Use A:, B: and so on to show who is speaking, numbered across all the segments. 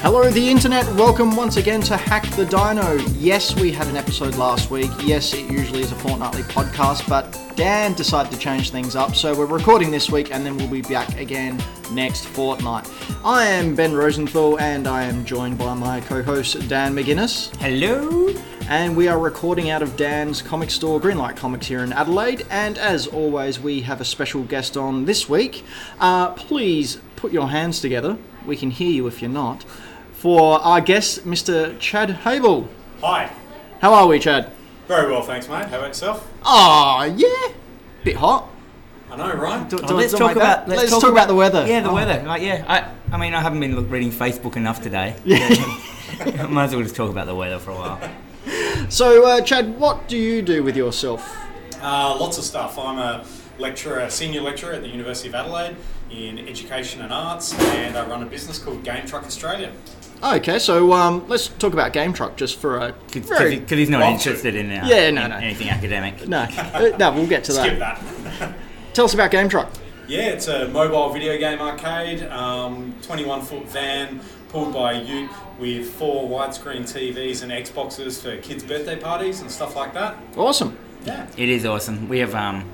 A: Hello, the internet. Welcome once again to Hack the Dino. Yes, we had an episode last week. Yes, it usually is a fortnightly podcast, but Dan decided to change things up, so we're recording this week and then we'll be back again next fortnight. I am Ben Rosenthal and I am joined by my co host Dan McGuinness.
B: Hello.
A: And we are recording out of Dan's comic store, Greenlight Comics, here in Adelaide. And as always, we have a special guest on this week. Uh, please put your hands together. We can hear you if you're not. For our guest, Mr. Chad Hable.
C: Hi.
A: How are we, Chad?
C: Very well, thanks, mate. How about yourself?
A: Ah, yeah. Bit hot.
C: I know, right?
A: Do-
B: Oh,
A: do-
B: let's
A: do
B: talk
A: like that.
B: about
A: let's, talk, about the weather.
B: Yeah, the
A: Oh.
B: weather. Like, yeah, I, I mean, I haven't been look, reading Facebook enough today. Yeah. Might as well just talk about the weather for a while.
A: So, uh, Chad, what do you do with yourself?
C: Uh, lots of stuff. I'm a lecturer, a senior lecturer at the University of Adelaide in education and arts, and I run a business called Game Truck Australia.
A: Okay, so um, let's talk about Game Truck just for a
B: Because
A: very-
B: he, 'cause he's not
C: Well,
B: interested in uh,
A: Yeah, no,
B: in
A: no.
B: anything academic.
A: no, uh, no, we'll get to
C: Skip
A: that.
C: that.
A: Tell us about Game Truck.
C: yeah, it's a mobile video game arcade, um, 21 foot van pulled by a ute with four widescreen TVs and Xboxes for kids' birthday parties and stuff like that.
A: Awesome.
C: Yeah.
B: It is awesome. We have um,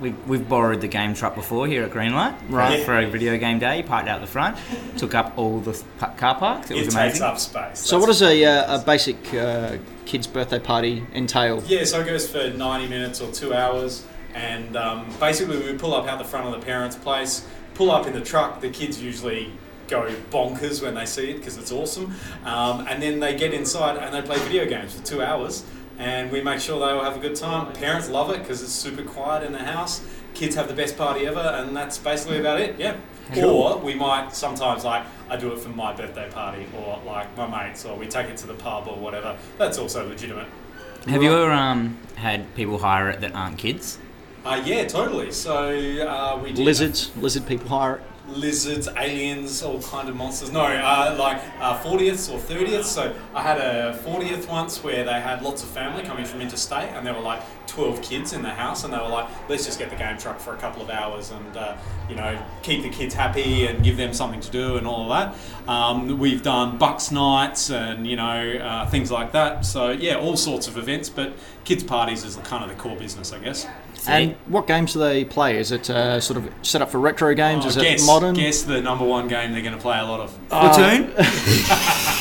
B: we've, we've borrowed the game truck before here at Greenlight for-
A: Right.
B: for a video game day. Parked out the front, took up all the s- pa- car parks. It
C: It
B: was
C: takes
B: amazing.
C: up space.
A: So,
C: That's-
A: what does a, uh, a basic uh, kid's birthday party entail?
C: Yeah, so it goes for 90 minutes or two hours. And um, basically, we pull up out the front of the parents' place, pull up in the truck. The kids usually go bonkers when they see it because it's awesome. Um, and then they get inside and they play video games for two hours. And we make sure they all have a good time. Parents love it because it's super quiet in the house. Kids have the best party ever, and that's basically about it. Yeah. Or we might sometimes like I do it for my birthday party, or like my mates, or we take it to the pub or whatever. That's also legitimate.
B: Have you ever um, had people hire it that aren't kids?
C: Uh, yeah, totally. So uh, we did
A: Lizards, lizard people hire it.
C: lizards, aliens, all kind of monsters. No, uh, like fortieths or thirtieths. So I had a fortieth once where they had lots of family coming from interstate, and there were like twelve kids in the house, and they were like, "Let's just get the game truck for a couple of hours, and uh, you know, keep the kids happy and give them something to do and all of that." Um, we've done bucks nights and you know uh, things like that. So yeah, all sorts of events, but kids parties is kind of the core business, I guess.
B: See?
A: And what games do they play? Is it uh, sort of set up for retro games?
C: Oh,
A: Is
C: guess,
A: it modern? Uh,
C: Guess the number one game they're going to play a lot of.
B: Splatoon?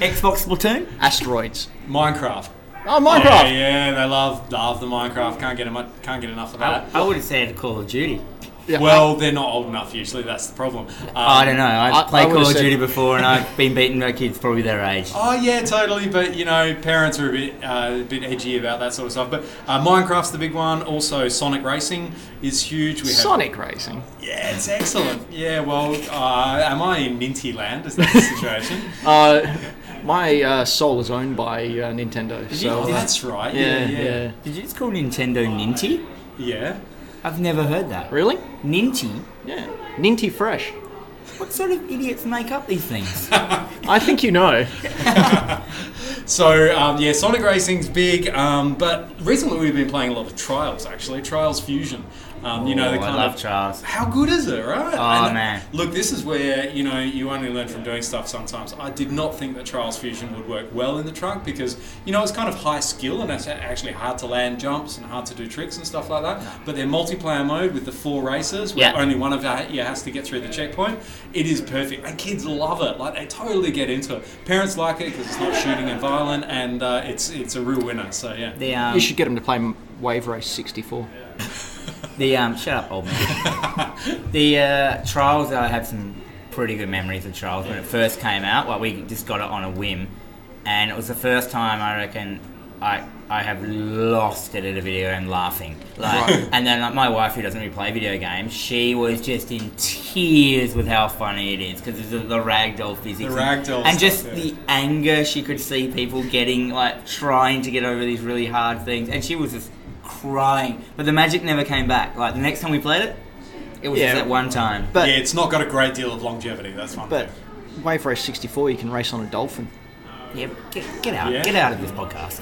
B: Xbox Splatoon?
A: Asteroids.
C: Minecraft.
A: Oh, Minecraft.
C: Yeah, yeah, they love love the Minecraft. Can't get emu- can't get enough of
A: Uh,
B: I,
C: that.
B: I would have said Call of Duty.
A: Yeah,
C: Well, they're not old enough usually. That's the problem. Um,
B: I don't know.
A: I-
B: I've
A: I
B: played
A: would've
B: Call of
A: said-
B: Duty before and I've been beaten by kids probably their age.
C: Oh yeah, totally. But you know, parents are a bit uh, a bit edgy about that sort of stuff. But uh, Minecraft's the big one. Also, Sonic Racing is huge. We have,
A: Sonic racing.
C: Yeah, it's excellent. Yeah. Well, uh, am I in Minty Land? Is that the situation?
A: Uh, my uh, soul is owned by uh, Nintendo. So
C: oh,
A: uh,
C: that's right.
A: yeah,
C: yeah.
A: yeah.
B: Did you just call Nintendo Ninty?
C: yeah.
B: I've never heard that.
A: Really?
B: Ninty?
A: Yeah. Ninty Fresh.
B: What sort of idiots make up these things?
A: I think you know.
C: So um, yeah, Sonic Racing's big, um, but recently we've been playing a lot of Trials actually, Trials Fusion. Um, you know the
B: Oh, I
C: kind
B: love
C: of
B: Charles.
C: how good is it, right?
B: Oh,
C: uh,
B: man.
C: Look, this is where you know you only learn from doing stuff. Sometimes I did not think that Trials Fusion would work well in the trunk because you know it's kind of high skill and it's actually hard to land jumps and hard to do tricks and stuff like that. But their multiplayer mode with the four racers, where
B: Yeah.
C: only one of ha- you has to get through the checkpoint, it is perfect. And kids love it; like they totally get into it. Parents like it because it's not shooting and violent, and uh, it's it's a real winner. So yeah.
B: The um,
A: You should get them to play Wave Race '64.
B: the um, shut up, old man. the uh, Trials. I have some pretty good memories of Trials when it first came out. Like we just got it on a whim, and it was the first time I reckon I I have lost it at a video and laughing. Like, and then like my wife who doesn't really play video games, she was just in tears with how funny it is because of the, the ragdoll physics,
C: The
B: and-
C: ragdoll
B: and
C: stuff,
B: just
C: yeah.
B: the anger she could see people getting like trying to get over these really hard things and she was just crying but the magic never came back like the next time we played it it was
A: Yeah.
B: just that one time
A: But
C: yeah, it's not got a great deal of longevity. That's one.
A: but
C: thing.
A: Wave Race '64, you can race on a dolphin.
B: yeah, get, get out
C: Yeah.
B: get out of this podcast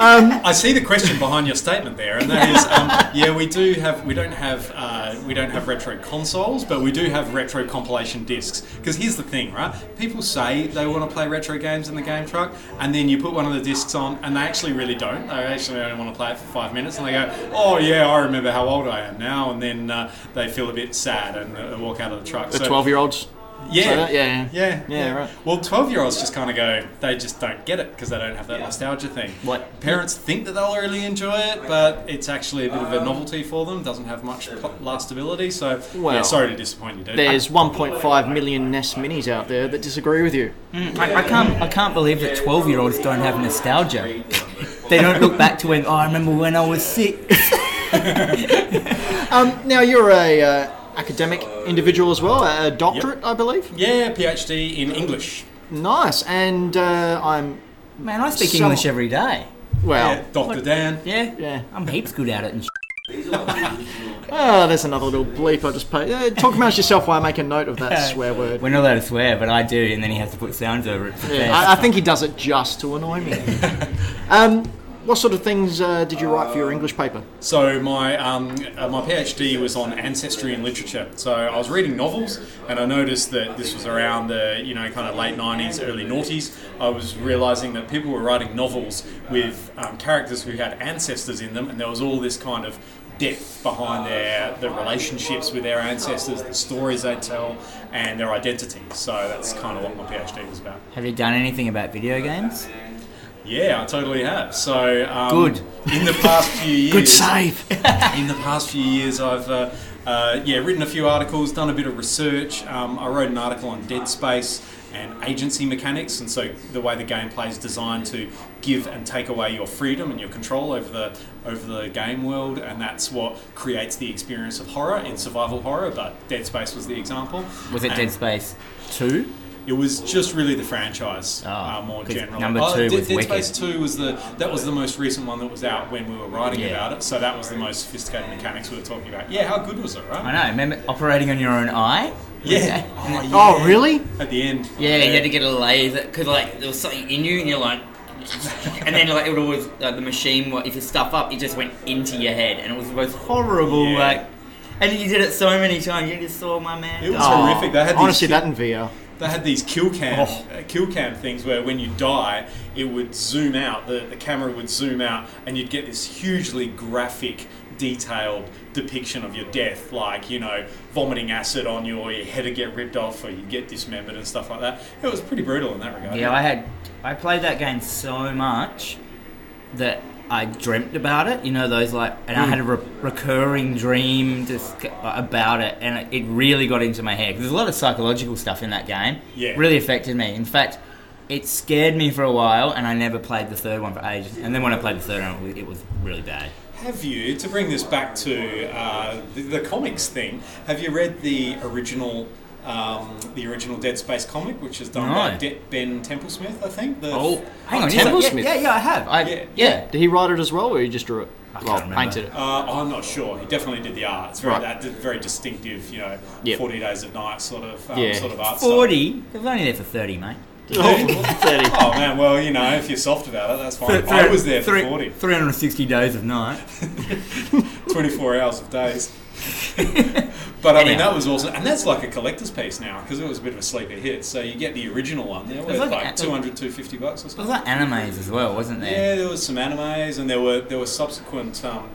A: Um,
C: I see the question behind your statement there, and that is, um, yeah, we do have we don't have uh, we don't have retro consoles, but we do have retro compilation discs. Because here's the thing, right? People say they want to play retro games in the game truck, and then you put one of the discs on, and they actually really don't. They actually only want to play it for five minutes, and they go, oh yeah, I remember how old I am now, and then uh, they feel a bit sad and uh, walk out of the truck.
A: the
C: So-
A: twelve-year-olds. Say
C: yeah,
A: that? Yeah,
C: yeah,
A: yeah, right.
C: Well, twelve-year-olds just kind of go. They just don't get it because they don't have that nostalgia thing.
B: What-
C: parents think that they'll really enjoy it, but it's actually a bit of a novelty for them. Doesn't have much pl- lastability. So, yeah,
A: Well,
C: sorry to disappoint you, dude.
A: There's 1.5 million NES Minis out there that disagree with you.
B: I, I can't I can't believe that twelve year olds don't have nostalgia. they don't look back to when oh, I remember when I was six.
A: Um, now you're a uh, academic individual as well, a doctorate, I believe.
C: yeah, PhD in English.
A: Nice, and uh, I'm
B: Man, I speak
A: So-
B: English every day.
A: well.
C: Yeah, Doctor Dan.
B: Yeah,
A: Yeah.
B: I'm heaps good at it and. Sh-
A: Oh, there's another little bleep I just paid. Uh, talk amongst yourself while I make a note of that
B: Yeah.
A: swear word.
B: We're not allowed to swear, but I do, and then he has to put sounds over it. For
A: Yeah,
B: fans.
A: I, I think he does it just to annoy me. um, what sort of things uh, did you write for your English paper?
C: So my um, uh, my PhD was on ancestry and literature. So I was reading novels, and I noticed that this was around the you know kind of late '90s, early noughties. I was realizing that people were writing novels with um, characters who had ancestors in them, and there was all this kind of depth behind their the relationships with their ancestors, the stories they tell, and their identity. So that's kind of what my PhD was about.
B: Have you done anything about video games?
C: Yeah, I totally have. So um,
B: Good.
C: in the past few years.
A: Good save.
C: in the past few years, I've uh, uh, yeah written a few articles, done a bit of research. Um, I wrote an article on Dead Space and agency mechanics, and so the way the gameplay is designed to give and take away your freedom and your control over the over the game world, and that's what creates the experience of horror in survival horror. But Dead Space was the example.
B: Was it
C: And
B: Dead Space Two?
C: It was just really the franchise, uh, more
B: 'cause
C: generally.
B: Ah, number
C: Oh,
B: two
C: Dead,
B: was
C: Dead
B: Wicked.
C: Space Two was the that was the most recent one that was out when we were writing
B: Yeah.
C: about it. So that was the most sophisticated mechanics we were talking about. Yeah, how good was it, right?
B: I know. Remember operating on your own eye?
C: Yeah.
A: Oh, really?
C: At the end.
B: Yeah, you had to get a laser because like there was something in you, and you're like, and then like it would always like the machine. wa- If you stuff up, it just went into your head, and it was the most horrible.
C: Yeah.
B: Like, and you did it so many times. You just saw my man.
C: It was
B: die.
A: Oh,
C: horrific. They had
A: I want to
C: these
A: see
C: ki-
A: that in VR.
C: They had these kill cam
A: Oh.
C: uh, kill cam things where when you die, it would zoom out. The the camera would zoom out, and you'd get this hugely graphic. Detailed depiction of your death, like you know, vomiting acid on you, or your head would get ripped off, or you get dismembered and stuff like that. It was pretty brutal in that regard.
B: Yeah, I had I played that game so much that I dreamt about it. You know those like, and
C: Hmm.
B: I had a re- recurring dream just c- about it, and it, it really got into my head. 'Cause There's a lot of psychological stuff in that game.
C: Yeah.
B: really affected me. In fact. It scared me for a while, and I never played the third one for ages. And then when I played the third one, it was, it was really bad.
C: Have you, to bring this back to uh, the, the comics thing, have you read the original, um, the original Dead Space comic, which is done by
B: No.
C: De- Ben Templesmith, I think? The
B: hang
A: Oh,
B: on, yeah, yeah,
A: Templesmith.
B: yeah, yeah, I have. I,
C: Yeah.
B: yeah.
A: Did he write it as well, or he just drew it?
B: can't
A: well,
B: remember.
A: painted it.
C: Uh, I'm not sure. He definitely did the art. It's very
A: Right.
C: that very distinctive, you know,
A: Yep.
C: Forty Days of Night sort of um,
A: Yeah.
C: sort of art. Style.
B: Forty. I was only there for thirty, mate.
A: Oh, 30.
C: Oh man, well you know if you're soft about it, that's fine. I was there for forty.
B: Three hundred and sixty days of night.
C: 24 hours of days. but I mean,
B: Anyhow.
C: that was awesome. And that's like a collector's piece now because it was a bit of a sleeper hit. So you get the original one. They're worth
B: like
C: like,
B: a-
C: 200, 250 bucks or
B: There
C: something.
B: was like animes as well, wasn't there?
C: Yeah, there was some animes and there were there were subsequent um,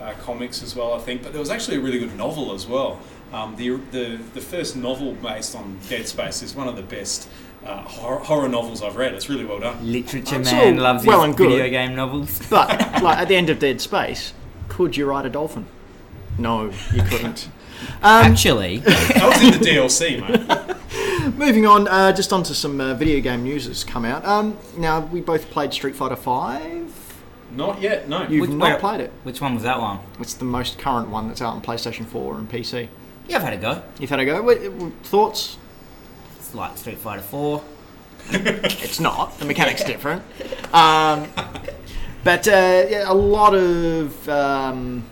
C: uh, comics as well, I think. But there was actually a really good novel as well. Um, the, the, the first novel based on Dead Space is one of the best uh, horror, horror novels I've read. It's really well done.
B: Literature
A: It's
B: man
A: all
B: loves
A: well
B: his
A: and good.
B: video game novels.
A: But like at the end of Dead Space, could you ride a dolphin? No, you couldn't. Um,
B: Actually,
C: That was in the DLC, mate.
A: moving on, uh, just onto some uh, video game news that's come out. Um, now we both played Street Fighter Five.
C: Not yet, no.
A: You've
B: Which-
A: not
B: wait.
A: played it.
B: which one was that one?
A: It's the most current one that's out on PlayStation Four and PC.
B: Yeah, I've had a go.
A: You've had a go. Wait, w- thoughts?
B: It's like Street Fighter Four.
A: It's not. The mechanic's different. Um, but uh, yeah, a lot of um,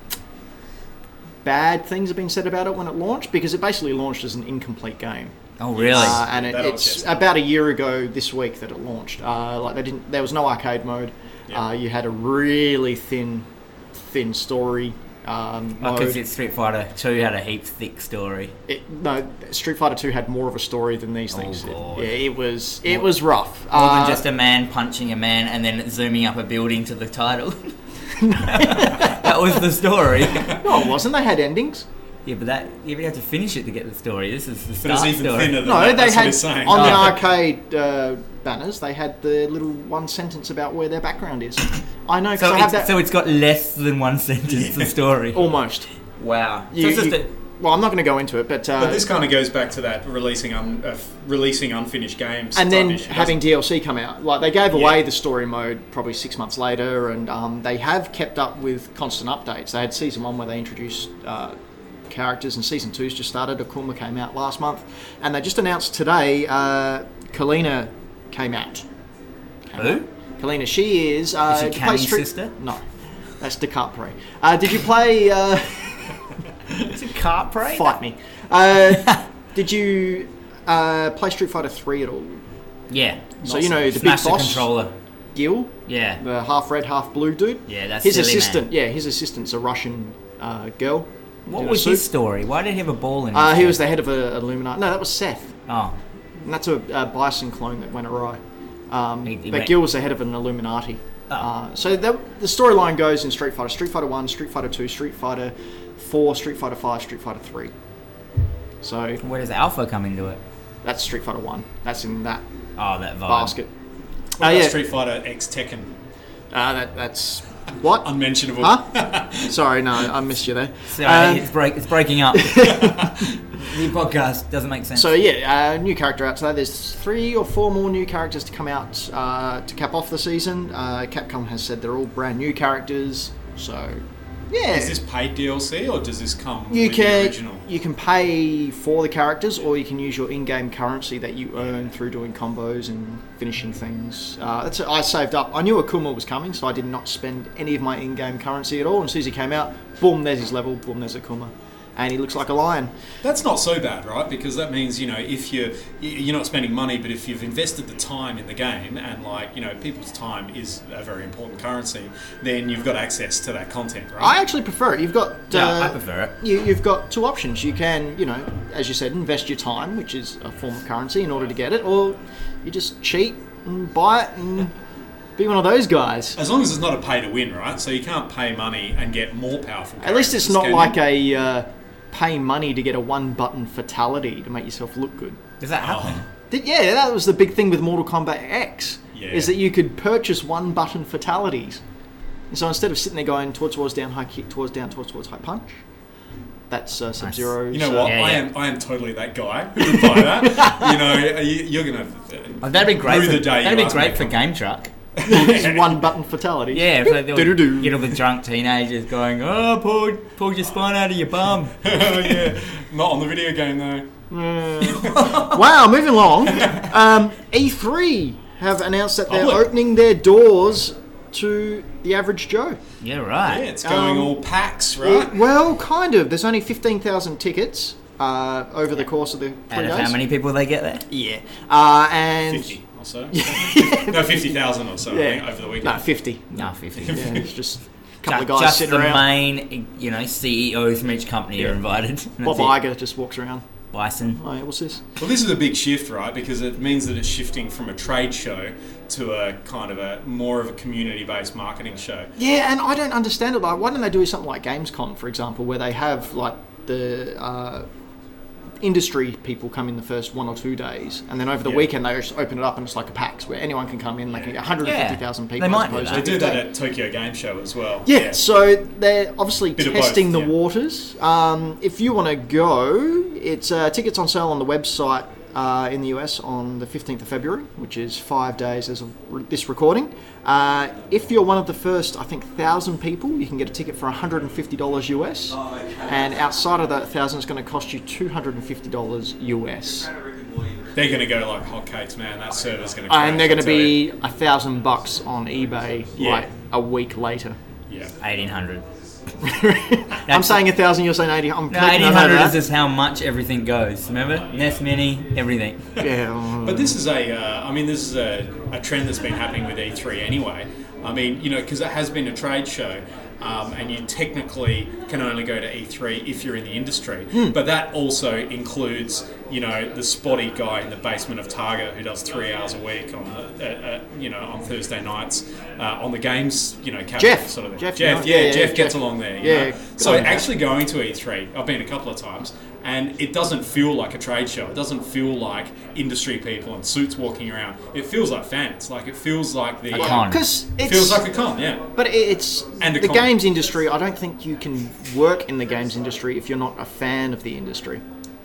A: bad things have been said about it when it launched because it basically launched as an incomplete game.
B: Oh, really?
A: Uh, and it,
C: That I was
A: it's
C: just-
A: about a year ago this week that it launched. Uh, like they didn't, there was no arcade mode.
C: Yeah.
A: Uh, you had a really thin, thin story. Um,
B: Because
A: mode.
B: Oh, it's Street Fighter 2 had a heap thick story.
A: It- no, Street Fighter Two had more of a story than these things. did.
B: Oh, God.
A: yeah, it was it was rough.
B: More
A: Uh,
B: than just a man punching a man and then zooming up a building to the title. that was the story. yeah,
A: no, it wasn't. They had endings.
B: but that you really have to finish it to get the story. This is the
C: But it's
B: start
C: even
B: story.
C: thinner than
A: No,
C: that.
A: they
C: That's what
A: had
C: he's saying.
A: on the
B: Oh.
A: arcade uh, banners. They had the little one sentence about where their background is. I know because
B: So
A: I have
B: it's,
A: that
B: so it's got less than one sentence of story.
A: almost.
B: Wow.
A: You-
B: so it's just
A: you- well, I'm not going to go into it, but, uh,
C: But this kind of goes back to that releasing un, uh, f- releasing unfinished games
A: and
C: type
A: then
C: issue,
A: having
C: doesn't
A: DLC come out. Like they gave away
C: Yeah.
A: the story mode probably six months later, and um, they have kept up with constant updates. They had season one where they introduced uh, characters, and season two's just started. Akuma came out last month, and they just announced today uh, Kalina came out.
B: a, who?
A: Kalina, she is. Uh,
B: Is she
A: did you play
B: Cammy's
A: Street-
B: sister?
A: No, that's DiCaprio. Uh, did you play? Uh,
B: It's a cart parade.
A: fight me. Uh, did you uh, play Street Fighter Three at all?
B: Yeah.
A: So you know the
B: Smash
A: big
B: the
A: boss
B: controller.
A: Gil,
B: Yeah.
A: the half red, half blue dude.
B: Yeah, that's
A: his
B: silly, man.
A: assistant. Yeah, his assistant's a Russian uh, girl.
B: What
A: in a
B: was
A: suit.
B: his story? Why did he have a ball in?
A: Uh,
B: his
A: he
B: head?
A: was the head of a Illuminati. No, that was Seth.
B: Oh,
A: And that's a, a bison clone that went awry. Um,
B: He- he
A: but
B: went-
A: Gil was the head of an Illuminati.
B: Oh.
A: Uh, so that, the storyline goes in Street Fighter, Street Fighter One, Street Fighter Two, Street Fighter Four, Street Fighter Five, Street Fighter Three. So
B: where does Alpha come into it?
A: that's Street Fighter One. That's in that
B: Oh, that vibe.
A: basket.
C: it?
A: Oh
C: What about
A: yeah,
C: Street Fighter X Tekken,
A: uh, that, that's what?
C: unmentionable.
A: Huh? Sorry, no, I missed you there.
B: Sorry,
A: Um,
B: it's break. It's breaking up. the podcast doesn't make sense.
A: So yeah, uh, new character out today. There's three or four more new characters to come out uh, to cap off the season. Uh, Capcom has said they're all brand new characters. So yeah,
C: Is this paid DLC or does this come
A: you
C: with the
A: can
C: original?
A: you can pay for the characters, or you can use your in-game currency that you earn through doing combos and finishing things. Uh, that's I saved up. I knew Akuma was coming, so I did not spend any of my in-game currency at all. And as soon as he came out, boom, there's his level. Boom, there's Akuma, and he looks like a lion.
C: That's not so bad, right? Because that means you know if you're y- you're not spending money, but if you've invested the time in the game and like you know people's time is a very important currency, then you've got access to that content, right?
A: I actually prefer it. You've got
B: Yeah,
A: uh,
B: I prefer it.
A: You, you've got two options. You can, you know, as you said, invest your time, which is a form of currency, in order to get it, or you just cheat and buy it and be one of those guys.
C: As long as it's not a pay to win, right? So you can't pay money and get more powerful.
A: At least it's
C: characters,
A: not
C: can you?
A: like a uh, pay money to get a one button fatality to make yourself look good.
B: Does that happen?
C: Oh.
A: Th- Yeah, that was the big thing with Mortal Kombat X.
C: Yeah.
A: Is that you could purchase one button fatalities. And so instead of sitting there going towards, towards, down, high kick, towards, down, towards, towards, high punch, that's uh, Sub Zero.
C: You know what?
B: Yeah,
C: I
B: yeah.
C: am. I am totally that guy who would buy that. you know, you, you're gonna.
B: Oh, that'd be great.
C: Through
B: For,
C: the day
B: that'd be
C: you ask
B: great
C: me.
B: for Game Truck.
A: It's one button fatality.
B: Yeah, if they- you
A: Do-do-do.
B: know the drunk teenagers going, "Oh, pulled pulled your spine out of your bum."
C: oh, yeah, not on the video game though.
A: Wow, moving along. Um, E3 have announced
B: Oh,
A: that they're
C: Public.
A: opening their doors to the average Joe.
B: Yeah,
C: Yeah,
B: right.
C: it's going
A: Um,
C: all packs, right?
A: Well, kind of. There's only 15,000 tickets uh, over the course of the three
B: Out of
A: days.
B: how many people they get there?
A: Yeah. Uh, and.
C: Fifty or so. no, fifty thousand or so. I think, over the weekend.
A: No, 50.
B: No, fifty.
A: Yeah, it's just a
B: Ju-
A: couple of guys
B: just
A: sitting
B: the
A: around.
B: main, you know, CEOs from each company are
C: Yeah.
B: invited.
A: Bob
B: That's it.
A: Iger just walks around.
B: Bison.
A: Oh, yeah, what's this?
C: Well, this is a big shift, right? Because it means that it's shifting from a trade show to a kind of a more of a community-based marketing show.
A: Yeah, and I don't understand it. Like, why don't they do something like Gamescom, for example, where they have like the uh, industry people come in the first one or two days, and then over the
C: Yeah.
A: weekend they just open it up and it's like a PAX where anyone can come in. They can get 150,000
B: Yeah.
A: people.
B: They
A: as
B: might do
A: opposed
B: that.
A: to
C: They do that
A: 15.
C: at Tokyo Game Show as well.
A: Yeah, so they're obviously
C: Bit of both,
A: testing the
C: yeah.
A: waters. Um, if you want to go, it's uh, tickets on sale on the website uh, in the US on the 15th of February, which is five days as of re- this recording. Uh, if you're one of the first, I think, thousand people, you can get a ticket for $150 US.
B: Oh,
A: And outside of that thousand, it's going to cost you $250 US.
C: They're going to go like hotcakes, man. That server's going to.
A: And they're going to be a thousand bucks on eBay
C: Yeah.
A: like a week later.
C: Yeah.
B: Eighteen hundred.
A: I'm saying a thousand, you're saying eighty. I'm
B: No,
A: clicking
B: eighteen
A: on that.
B: hundred is just how much everything goes. Remember, Nest Mini, everything.
A: Yeah.
C: But this is a, uh, I mean, this is a, a trend that's been happening with E3 E anyway. Um, I mean, you know, because it has been a trade show, um, and you technically can only go to E3 if you're in the industry.
A: Hmm.
C: But that also includes, you know, the spotty guy in the basement of Target who does three hours a week on the, uh, uh, you know, on Thursday nights uh, on the games, you know, cabinet
A: Jeff.
C: sort of thing.
A: Jeff,
C: Jeff,
A: yeah,
C: yeah,
A: yeah, yeah,
C: Jeff gets
A: Jeff.
C: along there.
A: Yeah,
C: yeah.
A: yeah, good
C: So
A: on you.
C: actually actually going to E3, I've been a couple of times, and it doesn't feel like a trade show. It doesn't feel like industry people and suits walking around. It feels like fans. Like it feels like the
B: A con.
A: Because
C: It
A: it's
C: feels like a con, yeah.
A: But it- it's
C: And a
A: the
C: con.
A: games industry. I don't think you can work in the games industry if you're not a fan of the industry.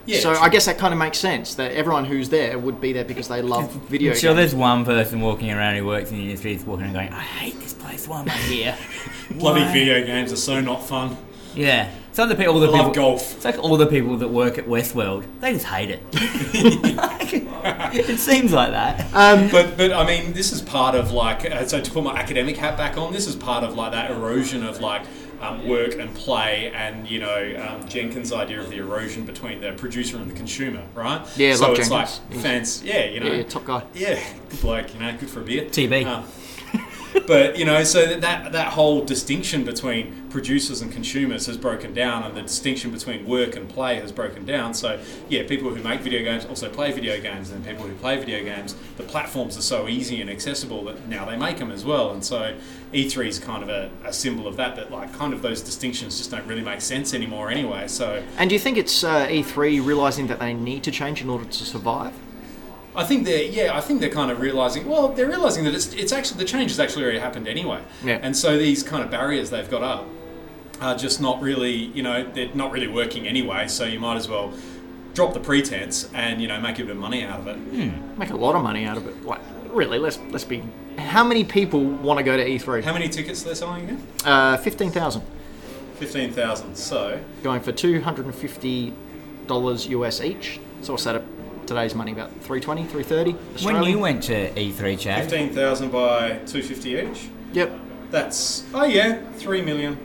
C: Yeah,
A: so
C: true.
A: I guess that kind of makes sense that everyone who's there would be there because they love video
B: I'm sure
A: games.
B: there's one person walking around who works in the industry that's walking and going, I hate this place, why am I here?
C: Bloody
B: Why?"
C: video games are so not fun.
B: Yeah. It's like the people, all the
C: I love
B: people,
C: golf.
B: It's like all the people that work at Westworld, they just hate it. it seems like that.
C: But but I mean, this is part of like uh, so to put my academic hat back on. This is part of like that erosion of like. Um, work and play, and you know um, Jenkins' idea of the erosion between the producer and the consumer, right?
A: Yeah,
C: so
A: love
C: it's
A: Jenkins.
C: like fans, yeah, you know,
A: Yeah, top guy.
C: Yeah, good bloke, you know, good for a beer.
B: TB.
C: Uh, but you know, so that, that that whole distinction between producers and consumers has broken down, and the distinction between work and play has broken down. So yeah, people who make video games also play video games, and people who play video games, the platforms are so easy and accessible that now they make them as well. And so E3 is kind of a, a symbol of that. That like kind of those distinctions just don't really make sense anymore anyway. So
A: And do you think it's uh, E3 realizing that they need to change in order to survive?
C: I think they're yeah. I think they're kind of realizing. Well, they're realizing that it's it's actually the change has actually already happened anyway.
A: Yeah.
C: And so these kind of barriers they've got up are just not really you know they're not really working anyway. So you might as well drop the pretense and you know make a bit of money out of it.
A: Hmm. Make a lot of money out of it. Like really, let's let's be. How many people want to go to E3?
C: How many tickets are they selling again?
A: Uh, Fifteen thousand,
C: Fifteen thousand. So
A: going for two hundred and fifty dollars US each. So what's that? At today's money about 320 330
B: When you went to E3, Chad,
C: fifteen thousand by two fifty each.
A: Yep.
C: That's oh yeah, three million.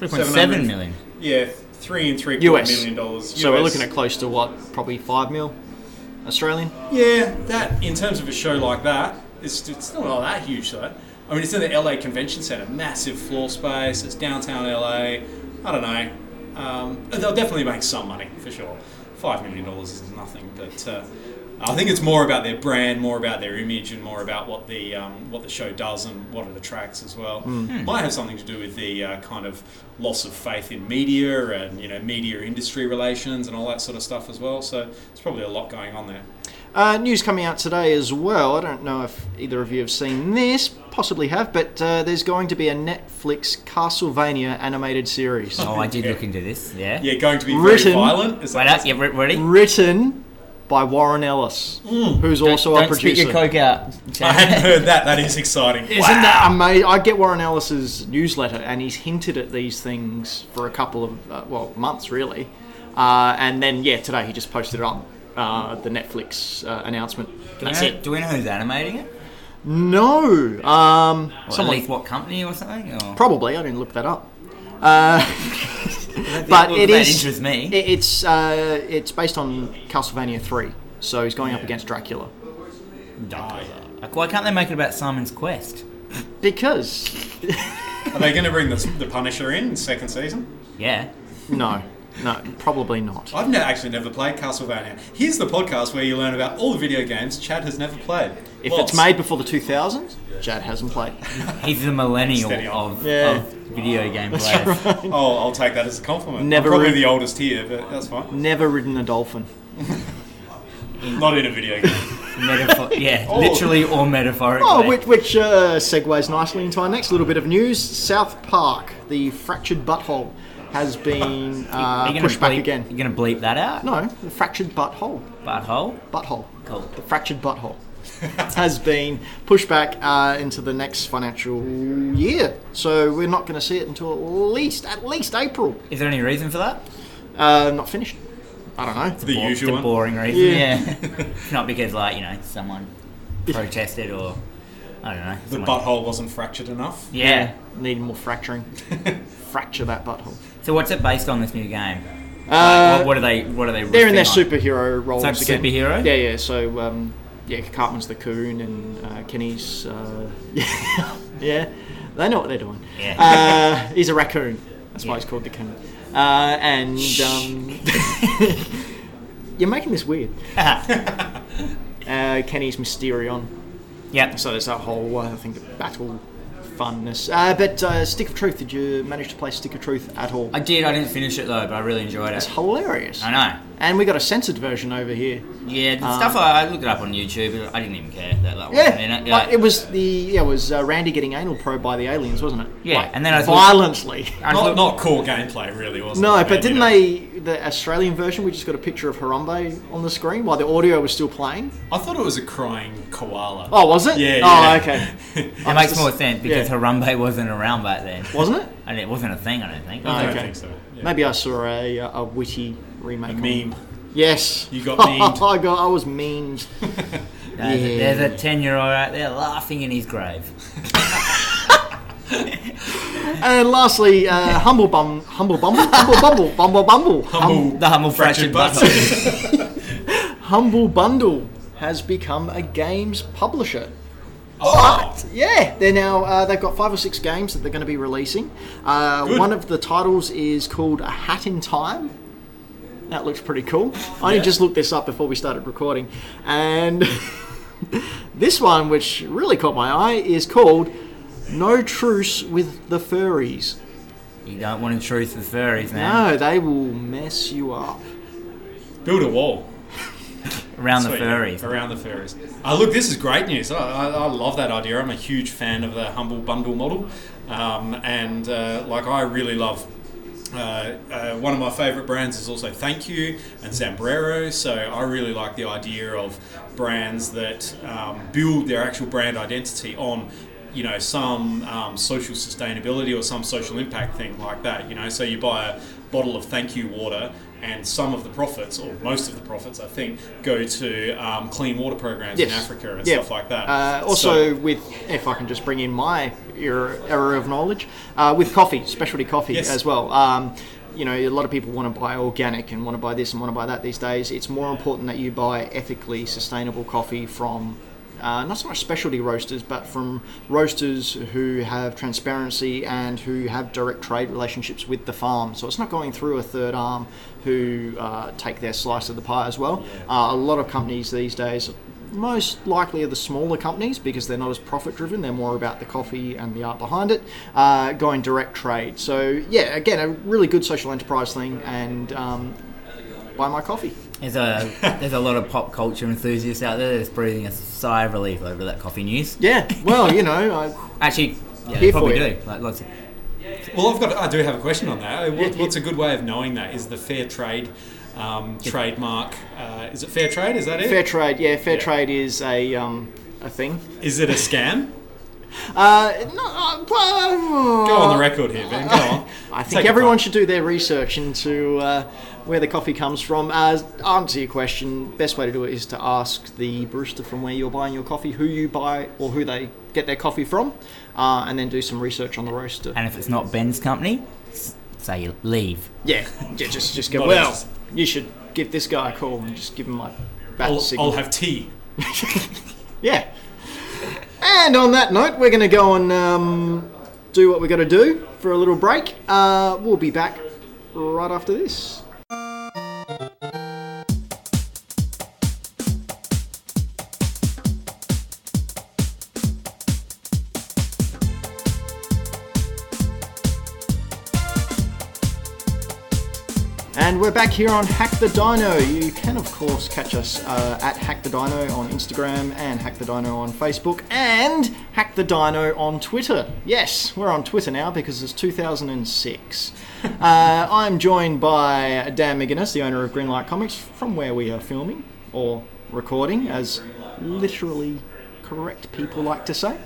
B: 3.7 million.
C: Yeah, three and three quarter
A: US.
C: million dollars.
A: So we're
C: US.
A: looking at close to what, probably five mil Australian.
C: Yeah, that in terms of a show like that, it's, it's not all that huge though. I mean, it's in the LA Convention Center, massive floor space. It's downtown LA. I don't know. Um, they'll definitely make some money for sure. Five million dollars is nothing, but uh, I think it's more about their brand, more about their image, and more about what the um, what the show does and what it attracts as well. Might have something to do with the uh, kind of loss of faith in media and you know media industry relations and all that sort of stuff as well. So there's probably a lot going on there.
A: Uh, news coming out today as well. I don't know if either of you have seen this, possibly have, but uh, there's going to be a Netflix Castlevania animated series.
B: Oh, I did
C: Yeah.
B: look into this, yeah.
C: Yeah, going to be
A: Written-
C: very violent. Is
B: Wait
C: that
B: up, you re- ready?
A: Written by Warren Ellis, who's also a
B: Hmm. Don't
A: producer.
B: spit your coke out,
A: uh,
C: I hadn't
B: Chad.
C: heard that. That is exciting.
A: Isn't that amazing? I get Warren Ellis's newsletter, and he's hinted at these things for a couple of uh, well months, really. Uh, and then yeah, today he just posted it on uh, the Netflix uh, announcement. That's
B: do, we know,
A: it.
B: do we know who's animating it? Or
A: No, um,
B: at
A: someone
B: least what company or something? Or?
A: probably. I didn't look that up. Uh,
B: That-
A: but
B: well,
A: it
B: that
A: is-
B: interests me.
A: it- it's uh, it's based on Castlevania three, so he's going up against Dracula
B: Like, why can't they make it about Simon's Quest?
A: because
C: Are they going to bring the, the Punisher in second season?
B: Yeah.
A: no, no, probably not.
C: I've ne- actually never played Castlevania. Here's the podcast where you learn about all the video games Chad has never played.
A: If
C: Lots.
A: it's made before the 2000s, Jad hasn't played.
B: He's the millennial
C: Steady on.
B: of,
A: Yeah.
B: of video game players.
C: oh, I'll take that as a compliment. I'm
A: Never
C: probably
A: re-
C: the oldest here, but that's fine.
A: Never ridden a dolphin.
C: Not in a video game.
B: Metaphor- yeah, literally or metaphorically.
A: Oh, which, which uh, segues nicely into our next little bit of news. South Park, the fractured butthole, has been
B: Are
A: uh,
B: you gonna
A: pushed back
B: bleep-
A: again.
B: You gonna bleep that out?
A: No, the fractured butthole.
B: Butthole.
A: Butthole.
B: Cool.
A: The fractured butthole has been pushed back uh, into the next financial year. So we're not going to see it until at least, at least April.
B: Is there any reason for that?
A: Uh, not finished. I don't know.
C: The
B: Bo-
C: usual
B: the
C: one.
B: boring reason.
A: Yeah.
B: Yeah. Not because like you know someone protested or I don't know.
C: The
B: someone-
C: butthole wasn't fractured enough.
B: Yeah.
A: Needing more fracturing. Fracture that butthole.
B: So what's it based on? This new game.
A: Uh,
B: what, what are they? What are they?
A: They're in their
B: riffing on?
A: superhero roles
B: Is that
A: again.
B: superhero?
A: Yeah, yeah. So um, yeah, Cartman's the coon and uh, Kenny's uh, yeah, yeah, they know what they're doing.
B: Yeah.
A: Uh, he's a raccoon. That's why
B: Yeah.
A: he's called the coon. Uh, and um, you're making this weird. Uh, Kenny's Mysterion.
B: Yep.
A: So there's that whole uh, I think the battle funness. Uh, but uh, Stick of Truth. Did you manage to play Stick of Truth at all?
B: I did. I didn't finish it though, but I really enjoyed
A: It's
B: it.
A: hilarious.
B: I know.
A: And we got a censored version over here.
B: Yeah, the
A: Um,
B: stuff I, I looked it up on YouTube. but I didn't even care that that
A: Yeah,
B: wasn't in it.
A: like,
B: Like,
A: it was the yeah, it was uh, Randy getting anal probed by the aliens, wasn't it?
B: Yeah,
A: Like,
B: and then I thought-
A: violently.
B: I
C: Not,
B: thought-
C: not core gameplay, really, wasn't
A: No,
C: it?
A: but didn't
C: you know,
A: they the Australian version? We just got a picture of Harambe on the screen while the audio was still playing.
C: I thought it was a crying koala.
A: Oh, was it?
C: Yeah.
A: Oh,
C: yeah.
A: okay.
B: It makes more sense because
A: yeah.
B: Harambe wasn't around back then,
A: Wasn't it?
B: and it wasn't a thing. I don't think.
A: Oh,
C: I don't
A: okay.
C: think so. Yeah.
A: Maybe I saw a, uh, a witty remake. on-
C: meme.
A: Yes.
C: You got memed.
A: I got. I was memed.
B: There's, a-
A: Yeah.
B: there's a ten-year-old out there laughing in his grave.
A: And lastly, uh, humble bum, humble bumble, humble bumble, bumble bumble, hum-
C: Humble,
B: The humble fractured button.
C: button.
A: humble bundle has become a games publisher.
C: oh,
A: Yeah, they're now uh, they've got five or six games that they're going to be releasing. Uh,
C: Good.
A: one of the titles is called A Hat in Time. That looks pretty cool. I only
C: Yeah.
A: just looked this up before we started recording, and this one, which really caught my eye, is called No Truce with the Furries.
B: You don't want to truth with furries, man.
A: No, they will mess you up.
C: build a wall.
B: Around the
C: Sweet.
B: furries.
C: Around the furries. Uh, look, this is great news. I, I, I love that idea. I'm a huge fan of the humble bundle model, um, and uh, like I really love. Uh, uh, one of my favourite brands is also Thank You and Zambrero, so I really like the idea of brands that um, build their actual brand identity on, you know, some um, social sustainability or some social impact thing like that. You know, so you buy a bottle of Thank You water, and some of the profits, or most of the profits, I think, go to um, clean water programs in
A: Yes.
C: Africa and
A: Yeah.
C: stuff like that.
A: Uh, also, with if I can just bring in my era, era of knowledge, uh, with coffee, specialty coffee
C: Yes.
A: as well. Um, you know, a lot of people want to buy organic and want to buy this and want to buy that these days. It's more important that you buy ethically sustainable coffee from. Uh, not so much specialty roasters, but from roasters who have transparency and who have direct trade relationships with the farm. So it's not going through a third arm who uh, take their slice of the pie as well. Uh, a lot of companies these days most likely are the smaller companies because they're not as profit driven. They're more about the coffee and the art behind it, uh, going direct trade. So yeah, again, a really good social enterprise thing. And um, buy my coffee.
B: There's a there's a lot of pop culture enthusiasts out there that's breathing a sigh of relief over that coffee news.
A: Yeah. Well, you know, uh, I,
B: Actually, yeah,
A: Here
B: they
A: for
B: probably
A: you.
B: do. Like lots of,
C: well, I've got, I do have a question on that. Uh, What,
A: Yeah.
C: What's a good way of knowing that? Is the fair trade um, trademark? Uh, is it fair trade? Is that it? Is
A: fair trade. Yeah, fair
C: Yeah.
A: trade is a um, a thing.
C: it a scam?
A: Uh, no, uh,
C: Go on
A: Oh.
C: the record here, Ben. Go on.
A: I
C: Take
A: think
C: your
A: everyone
C: time.
A: should do their research into uh, where the coffee comes from. As answer your question, best way to do it is to ask the barista from where you're buying your coffee, who you buy or who they get their coffee from, uh, and then do some research on the roaster.
B: and if it's not Ben's company, s- say leave.
A: yeah, yeah, just just go.
C: Not
A: Well,
C: interested.
A: you should give this guy a call and just give him my bat
C: I'll,
A: signal.
C: I'll have tea.
A: yeah. And on that note, we're going to go and um, do what we got to do for a little break. Uh, we'll be back right after this. And we're back here on Hack the Dino. You can, of course, catch us uh, at Hack the Dino on Instagram and Hack the Dino on Facebook and Hack the Dino on Twitter. Yes, we're on Twitter now because it's 2006. uh, I'm joined by Dan McGuinness, the owner of Greenlight Comics, from where we are filming or recording, as literally correct people like to say.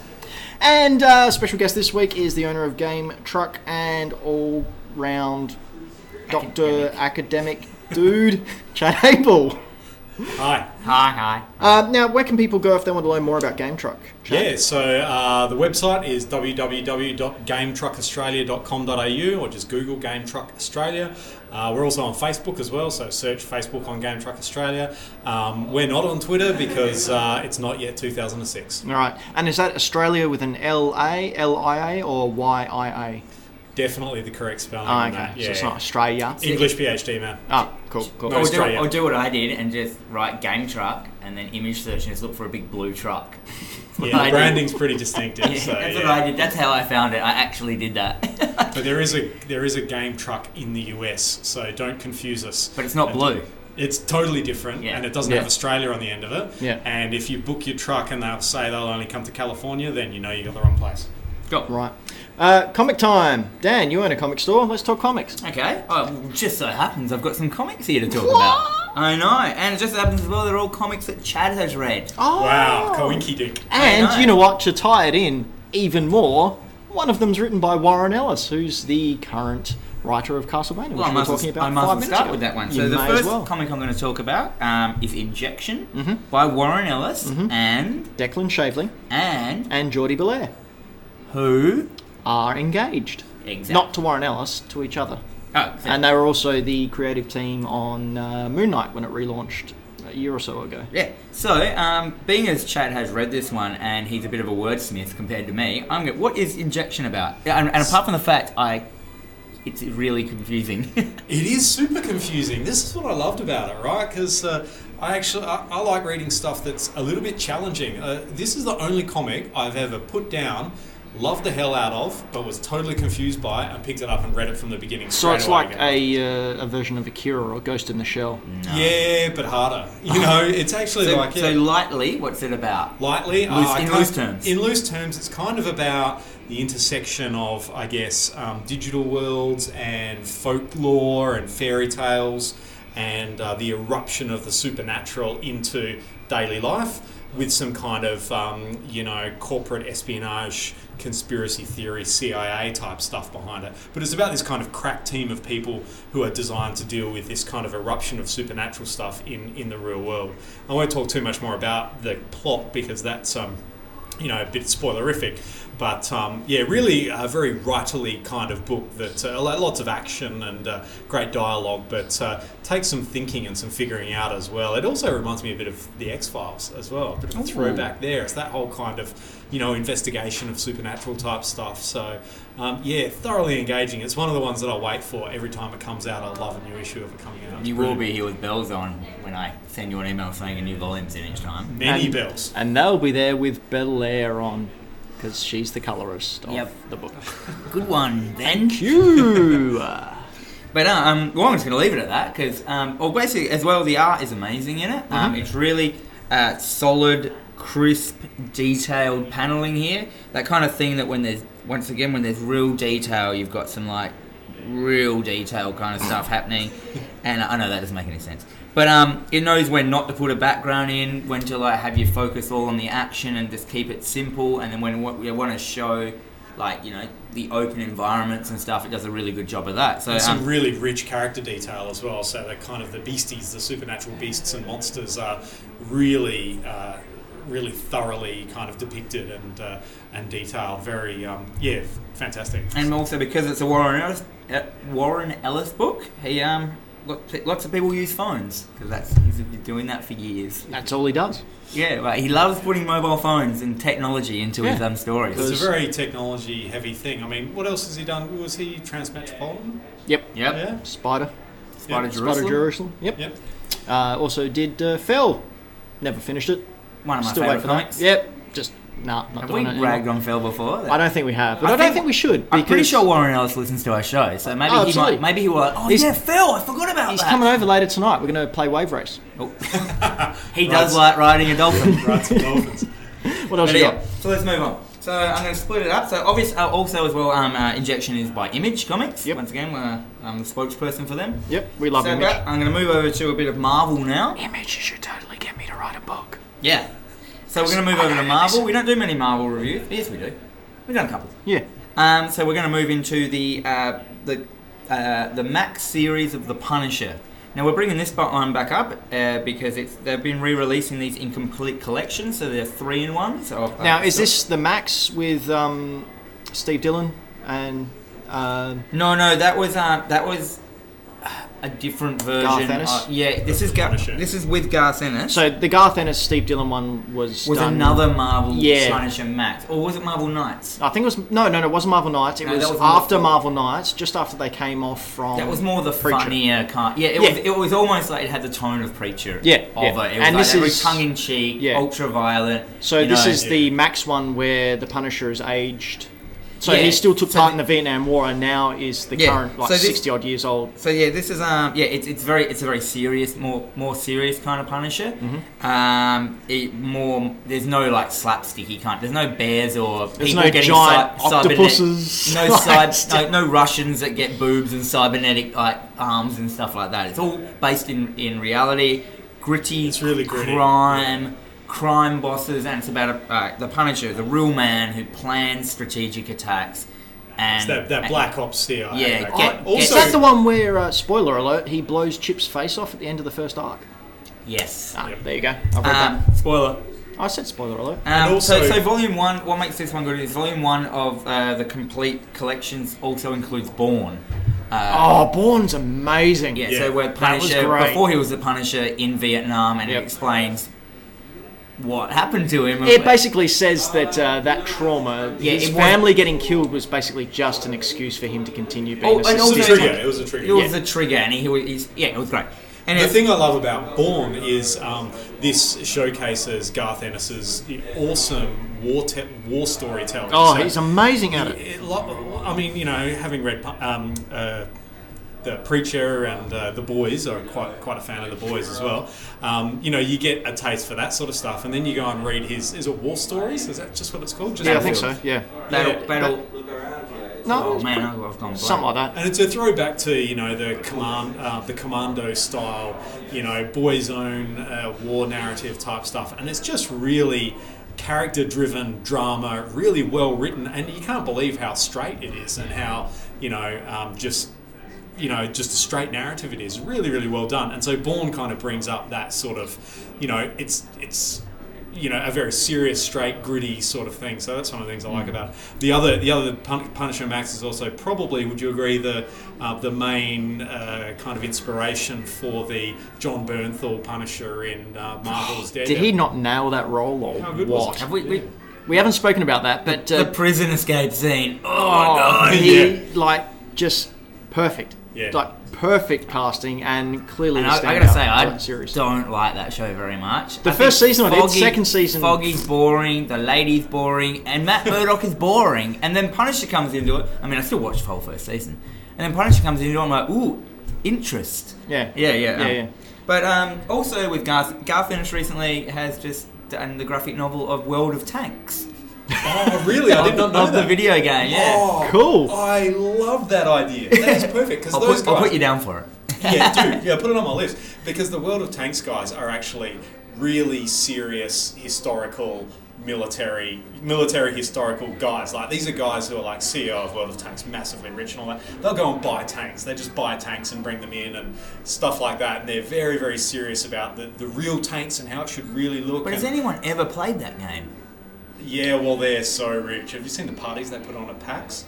A: And uh, special guest this week is the owner of Game Truck and all round Doctor Academic Dude, Chad Abel.
C: Hi.
B: Hi, hi.
A: Uh, now, where can people go if they want to learn more about Game Truck? Shane?
C: Yeah, so uh, the website is www.gametruckaustralia.com.au or just Google Game Truck Australia. Uh, we're also on Facebook as well, so search Facebook on Game Truck Australia. Um, we're not on Twitter because uh, it's not yet 2006.
A: All right. And is that Australia with an L A, L I A, or Y I A?
C: Definitely the correct spelling.
A: Oh,
C: on
A: okay.
C: that,
A: So it's
C: yeah.
A: not Australia.
C: English PhD, man.
A: Oh, cool, cool.
C: No,
B: Or do,
C: Australia.
B: or do what I did and just write game truck and then image search and just look for a big blue truck. What I
C: Yeah,
B: did.
C: branding's pretty distinctive.
B: Yeah,
C: so,
B: that's
C: yeah.
B: what I did. That's how I found it. I actually did that.
C: But there is a there is a game truck in the US, so don't confuse us.
B: But it's not
C: And
B: blue.
C: It's totally different,
B: Yeah.
C: and it doesn't
A: Yeah.
C: have Australia on the end of it.
A: Yeah.
C: And if you book your truck and they'll say they'll only come to California, then you know you got the wrong place.
B: Go.
A: Right. Uh, comic time. Dan, you own a comic store. Let's talk comics.
B: Okay. Oh, well, just so happens I've got some comics here to talk about. I know, and it just so happens as well they're all comics that Chad has read.
A: Oh.
C: Wow, coinky dink.
A: And
B: I know.
A: you know what? To tie it in even more, one of them's written by Warren Ellis, who's the current writer of Castlevania, which
B: Well, I
A: we were
B: must,
A: talking about
B: I
A: five
B: must
A: minutes
B: start
A: ago.
B: with that one.
A: You
B: so the
A: may
B: first
A: as well. Mm-hmm.
B: comic I'm going to talk about um, is Injection by Warren Ellis and
A: Declan Shavely
B: and
A: and Geordie Belair
B: who
A: are engaged.
B: exactly?
A: Not to Warren Ellis, to each other.
B: oh, exactly.
A: And uh, they were also the creative team on uh, Moon Knight when it relaunched a year or so ago.
B: Yeah. So, um, being as Chad has read this one and he's a bit of a wordsmith compared to me, I'm going. What is injection about? Yeah, And, and apart from the fact I, it's really confusing.
C: It is super confusing. This is what I loved about it, right? Because uh, I actually I, I like reading stuff that's a little bit challenging. Uh, this is the only comic I've ever put down, loved the hell out of, but was totally confused by, and picked it up and read it from the beginning.
A: So
C: straight
A: it's
C: away
A: like
C: again.
A: a, uh, a version of Akira or Ghost in the Shell.
B: Mm.
C: Yeah, but harder. You know, it's actually
B: so,
C: like
B: so
C: yeah.
B: lightly, what's it about?
C: lightly.
B: Loose-
C: I
B: in
C: can't-
B: loose terms.
C: In loose terms, it's kind of about the intersection of, I guess, um, digital worlds and folklore and fairy tales and uh, the eruption of the supernatural into daily life with some kind of, um, you know, corporate espionage, conspiracy theory, CIA type stuff behind it. But it's about this kind of crack team of people who are designed to deal with this kind of eruption of supernatural stuff in, in the real world. I won't talk too much more about the plot because that's um, you know, a bit spoilerific. But um, yeah, really a very writerly kind of book that uh, lo- lots of action and uh, great dialogue, but uh, takes some thinking and some figuring out as well. It also reminds me a bit of the X Files as well, a bit of a throwback there. It's that whole kind of you know investigation of supernatural type stuff. So um, yeah, thoroughly engaging. It's one of the ones that I wait for every time it comes out. I love a new issue of it coming out.
B: You will be here with bells on when I send you an email saying a new volume's in each time.
C: many
A: And-
C: bells.
A: And they'll be there with Bel Air on, because she's the colorist of
B: Yep.
A: the book.
B: Good one, then.
A: Phew. Uh,
B: But uh, um, well, I'm just going to leave it at that because, um, well, basically, as well, the art is amazing in it. Um, It's really uh, solid, crisp, detailed paneling here. That kind of thing that when there's once again when there's real detail, you've got some like real detail kind of stuff happening. And I know that doesn't make any sense, but um, it knows when not to put a background in, when to like have your focus all on the action and just keep it simple, and then when what you want to show. Like you know, the open environments and stuff. It does a really good job of that. So
C: And
B: um,
C: some really rich character detail as well. So the kind of the beasties, the supernatural beasts and monsters are really, uh, really thoroughly kind of depicted and uh, and detailed. Very, um, yeah, f- fantastic.
B: And also because it's a Warren Ellis, uh, Warren Ellis book, he um, lots, lots of people use phones because that's he's been doing that for years.
A: that's all he does.
B: Yeah, right. He loves putting mobile phones and technology into his
A: Yeah.
B: um, stories.
C: It's a very technology-heavy thing. I mean, what else has he done? Was he Transmetropolitan?
A: Yep.
B: Yep.
C: Yeah.
A: Spider.
B: Spider
C: Yeah.
B: Jerusalem.
A: Spider Jerusalem. Yep.
C: Yep.
A: Uh, also did uh, Fell. Never finished it.
B: One of my
A: Still wait
B: favorite
A: for
B: comics.
A: that. Yep. Just nah, not
B: Have we
A: doing it.
B: ragged on Phil before?
A: I don't think we have, but I,
B: I
A: don't
B: think-
A: think we should.
B: I'm pretty
A: because
B: sure Warren Ellis listens to our show, so maybe
A: Oh,
B: he
A: absolutely.
B: might. Maybe he will. like, Oh
A: He's-
B: yeah, Phil, I forgot about
A: he's
B: that.
A: coming over later tonight. We're going to play Wave Race.
B: Oh. he does like riding a dolphin.
C: Rights and dolphins.
A: What else
B: But
A: you
B: yeah,
A: got?
B: so let's move on. So I'm going to split it up. So obviously, uh, also as well, um, uh, injection is by Image Comics.
A: Yep.
B: Once again, we're, I'm the spokesperson for them.
A: Yep. We love
B: so
A: Image.
B: that- I'm going to move over to a bit of Marvel now.
A: Image, you should totally get me to write a book.
B: Yeah. So we're going to move over to Marvel. We don't do many Marvel reviews. Yes, we do. We've done a couple.
A: Yeah.
B: Um, so we're going to move into the uh, the uh, the Max series of the Punisher. Now we're bringing this bot line back up uh, because it's they've been re-releasing these incomplete collections, so they're three in ones. Of, uh,
A: Now, is
B: sorts.
A: this the max with um, Steve Dillon and uh,
B: No, no, that was um, that was uh, a different version.
A: Ennis?
B: Uh, yeah, this is Gar-
C: Punisher.
B: this is with Garth Ennis.
A: so the Garth Ennis Steve Dillon one was
B: was
A: done-
B: another Marvel
A: Yeah.
B: Punisher Max, or was it Marvel Knights?
A: I think it was no, no, no. It wasn't Marvel Knights. It
B: No,
A: was,
B: that was
A: after
B: Marvel.
A: Marvel Knights, just after they came off from.
B: That was more the
A: Um, Preacher.
B: funnier kind. Yeah, it
A: Yeah.
B: was. It was almost like it had the tone of Preacher.
A: Yeah, yeah.
B: of it. It was
A: And
B: like
A: this
B: that very
A: is-
B: tongue in cheek,
A: yeah.
B: ultra violent.
A: So
B: you
A: this
B: know.
A: is the Max one where the Punisher is aged. So
B: Yeah,
A: he still took
B: so
A: part
B: the-
A: in the Vietnam War and now is the
B: Yeah,
A: current like
B: so this-
A: sixty odd years old.
B: So yeah, this is um yeah it's it's very it's a very serious more more serious kind of Punisher.
A: Mm.
B: Mm-hmm. Um, it more there's no like slapsticky kind. There's no bears or
A: There's
B: people
A: no
B: getting
A: giant
B: cy- cybernet-
A: octopuses.
B: No,
A: Like,
B: cyber, no no Russians that get boobs and cybernetic like arms and stuff like that. It's all based in in reality. Gritty,
C: It's really gritty.
B: crime, crime bosses, and it's about a, uh, the Punisher, the real man who plans strategic attacks. And
C: It's that, that
B: and-
C: Black Ops CI.
B: Yeah,
C: Okay.
A: Is
B: get-
C: also,
B: get-
A: that the one where uh, spoiler alert? He blows Chip's face off at the end of the first arc.
B: Yes.
A: Ah,
C: Yep.
A: there you go. I've read
B: Um, spoiler.
A: that. I said spoiler alert.
B: Um, so,
C: also-
B: so volume one. What makes this one good is volume one of uh, the complete collections also includes Born. Uh,
A: Oh, Bourne's amazing.
B: yeah,
C: yeah,
B: So where
C: that
A: was
B: Punisher
A: great.
B: before he was the Punisher in Vietnam, and
A: Yep.
B: it explains what happened to him.
A: It basically says that uh, that trauma,
B: Yeah,
A: his
B: it was-
A: family getting killed, was basically just an excuse for him to continue being
B: Oh,
A: a
B: and
C: it was a
B: also-
A: sadistic-
C: trigger. It was a trigger.
B: it was
A: yeah.
B: a trigger, and he was he's, yeah, it was great. And
C: The
B: it's-
C: thing I love about Born is um, this showcases Garth Ennis's awesome war te- war storytelling.
A: Oh,
C: So-
A: he's amazing at it.
C: It- lo- I mean, you know, having read um, uh, the Preacher and uh, the Boys, are quite quite a fan of the Boys as well. Um, you know, you get a taste for that sort of stuff, and then you go and read his. Is it War Stories? Is that just what it's called? Just
A: Yeah, I think so. Yeah.
B: battle,
C: yeah,
B: battle.
A: No,
B: Oh
A: it's
B: man,
A: pretty-
B: I've gone blank.
A: something like that.
C: And it's a throwback to you know the command, uh, the commando style, you know, boys' own uh, war narrative type stuff, and it's just really character-driven drama, really well written, and you can't believe how straight it is and how you know um, just you know just a straight narrative it is. Really, really well done. And so Bourne kind of brings up that sort of you know it's it's you know a very serious, straight, gritty sort of thing. So that's one of the things I like
B: Mm.
C: about it. the other the other Pun- Punisher Max is also probably would you agree the uh, the main uh, kind of inspiration for the John Bernthal Punisher in uh, Marvel's Daredevil.
A: Did he not nail that role or
C: How good was
A: what?
C: it?
B: Have we, we,
A: We haven't spoken about that, but uh,
B: the prison escape scene. Oh,
A: oh,
B: my god.
A: he like just perfect.
C: Yeah.
A: Like perfect casting and clearly.
B: And
A: the
B: I, I
A: standout
B: gotta say,
A: for
B: I
A: that series.
B: don't like that show very much.
A: The
B: I
A: first
B: think
A: season I did, second season-
B: Foggy's boring, the lady's boring, and Matt Murdock is boring. And then Punisher comes into it. I mean, I still watched the whole first season. And then Punisher comes into it, I'm like, ooh, interest.
A: Yeah.
B: Yeah, yeah.
A: Yeah,
B: um,
A: yeah.
B: But um, also with Garth, Garth Ennis recently has just done the graphic novel of World of Tanks.
C: Oh, really? I did not
B: Of-
C: know
B: Of
C: that.
B: the video game, yeah.
C: Oh,
A: Cool.
C: I love that idea. That is perfect because
B: I'll,
C: those
B: put, I'll
C: guys-
B: put you down for it.
C: yeah, do. Yeah, put it on my list. Because the World of Tanks guys are actually really serious historical military military historical guys. Like these are guys who are like CEO of World of Tanks, massively rich and all that. They'll go and buy tanks. They just buy tanks and bring them in and stuff like that. And they're very, very serious about the, the real tanks and how it should really look.
B: But has
C: and-
B: anyone ever played that game?
C: yeah, well, they're so rich. Have you seen the parties they put on at PAX?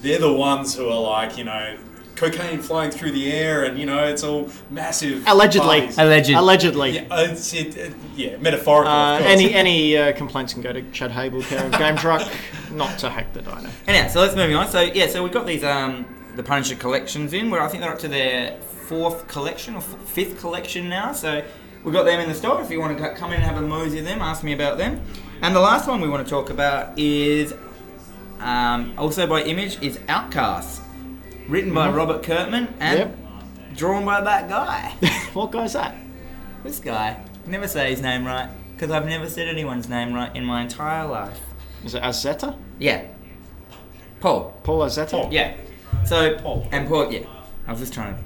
C: They're the ones who are like, you know, cocaine flying through the air, and you know, it's all massive.
A: Allegedly.
C: parties.
B: Alleged.
A: Allegedly.
C: yeah, uh, it's, it, it- yeah, metaphorical.
A: Uh,
C: of course.
A: any any uh, complaints can go to Chad Hable, care of Game Truck, not to hack the dino.
B: Anyhow, so let's move on. So yeah, so we've got these um, the Punisher collections in where I think they're up to their fourth collection or f- fifth collection now. So we've got them in the store. If you want to c- come in and have a mosey of them, ask me about them. And the last one we want to talk about is um, also by Image is Outcast, written by Robert Kurtman and
A: Yep.
B: drawn by that guy.
A: What guy's that?
B: this guy never say his name right because I've never said anyone's name right in my entire life.
A: Is it Azetta?
B: Yeah, Paul.
A: Paul Azetta?
C: Paul.
B: Yeah. So
C: Paul.
B: and Paul. Yeah. I was just trying to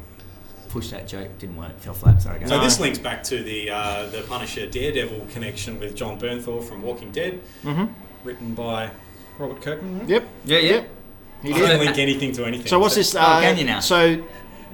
B: push that joke. Didn't work. Fell flat. Sorry guys.
C: So this links back to the uh, the Punisher Daredevil connection with John Bernthal from Walking Dead,
A: Mm-hmm.
C: written by Robert Kirkman. Right?
A: Yep.
B: yeah. Yeah.
A: He
C: He
A: did.
C: didn't link anything to anything.
A: So what's this? Uh,
B: can you Oh, now?
A: So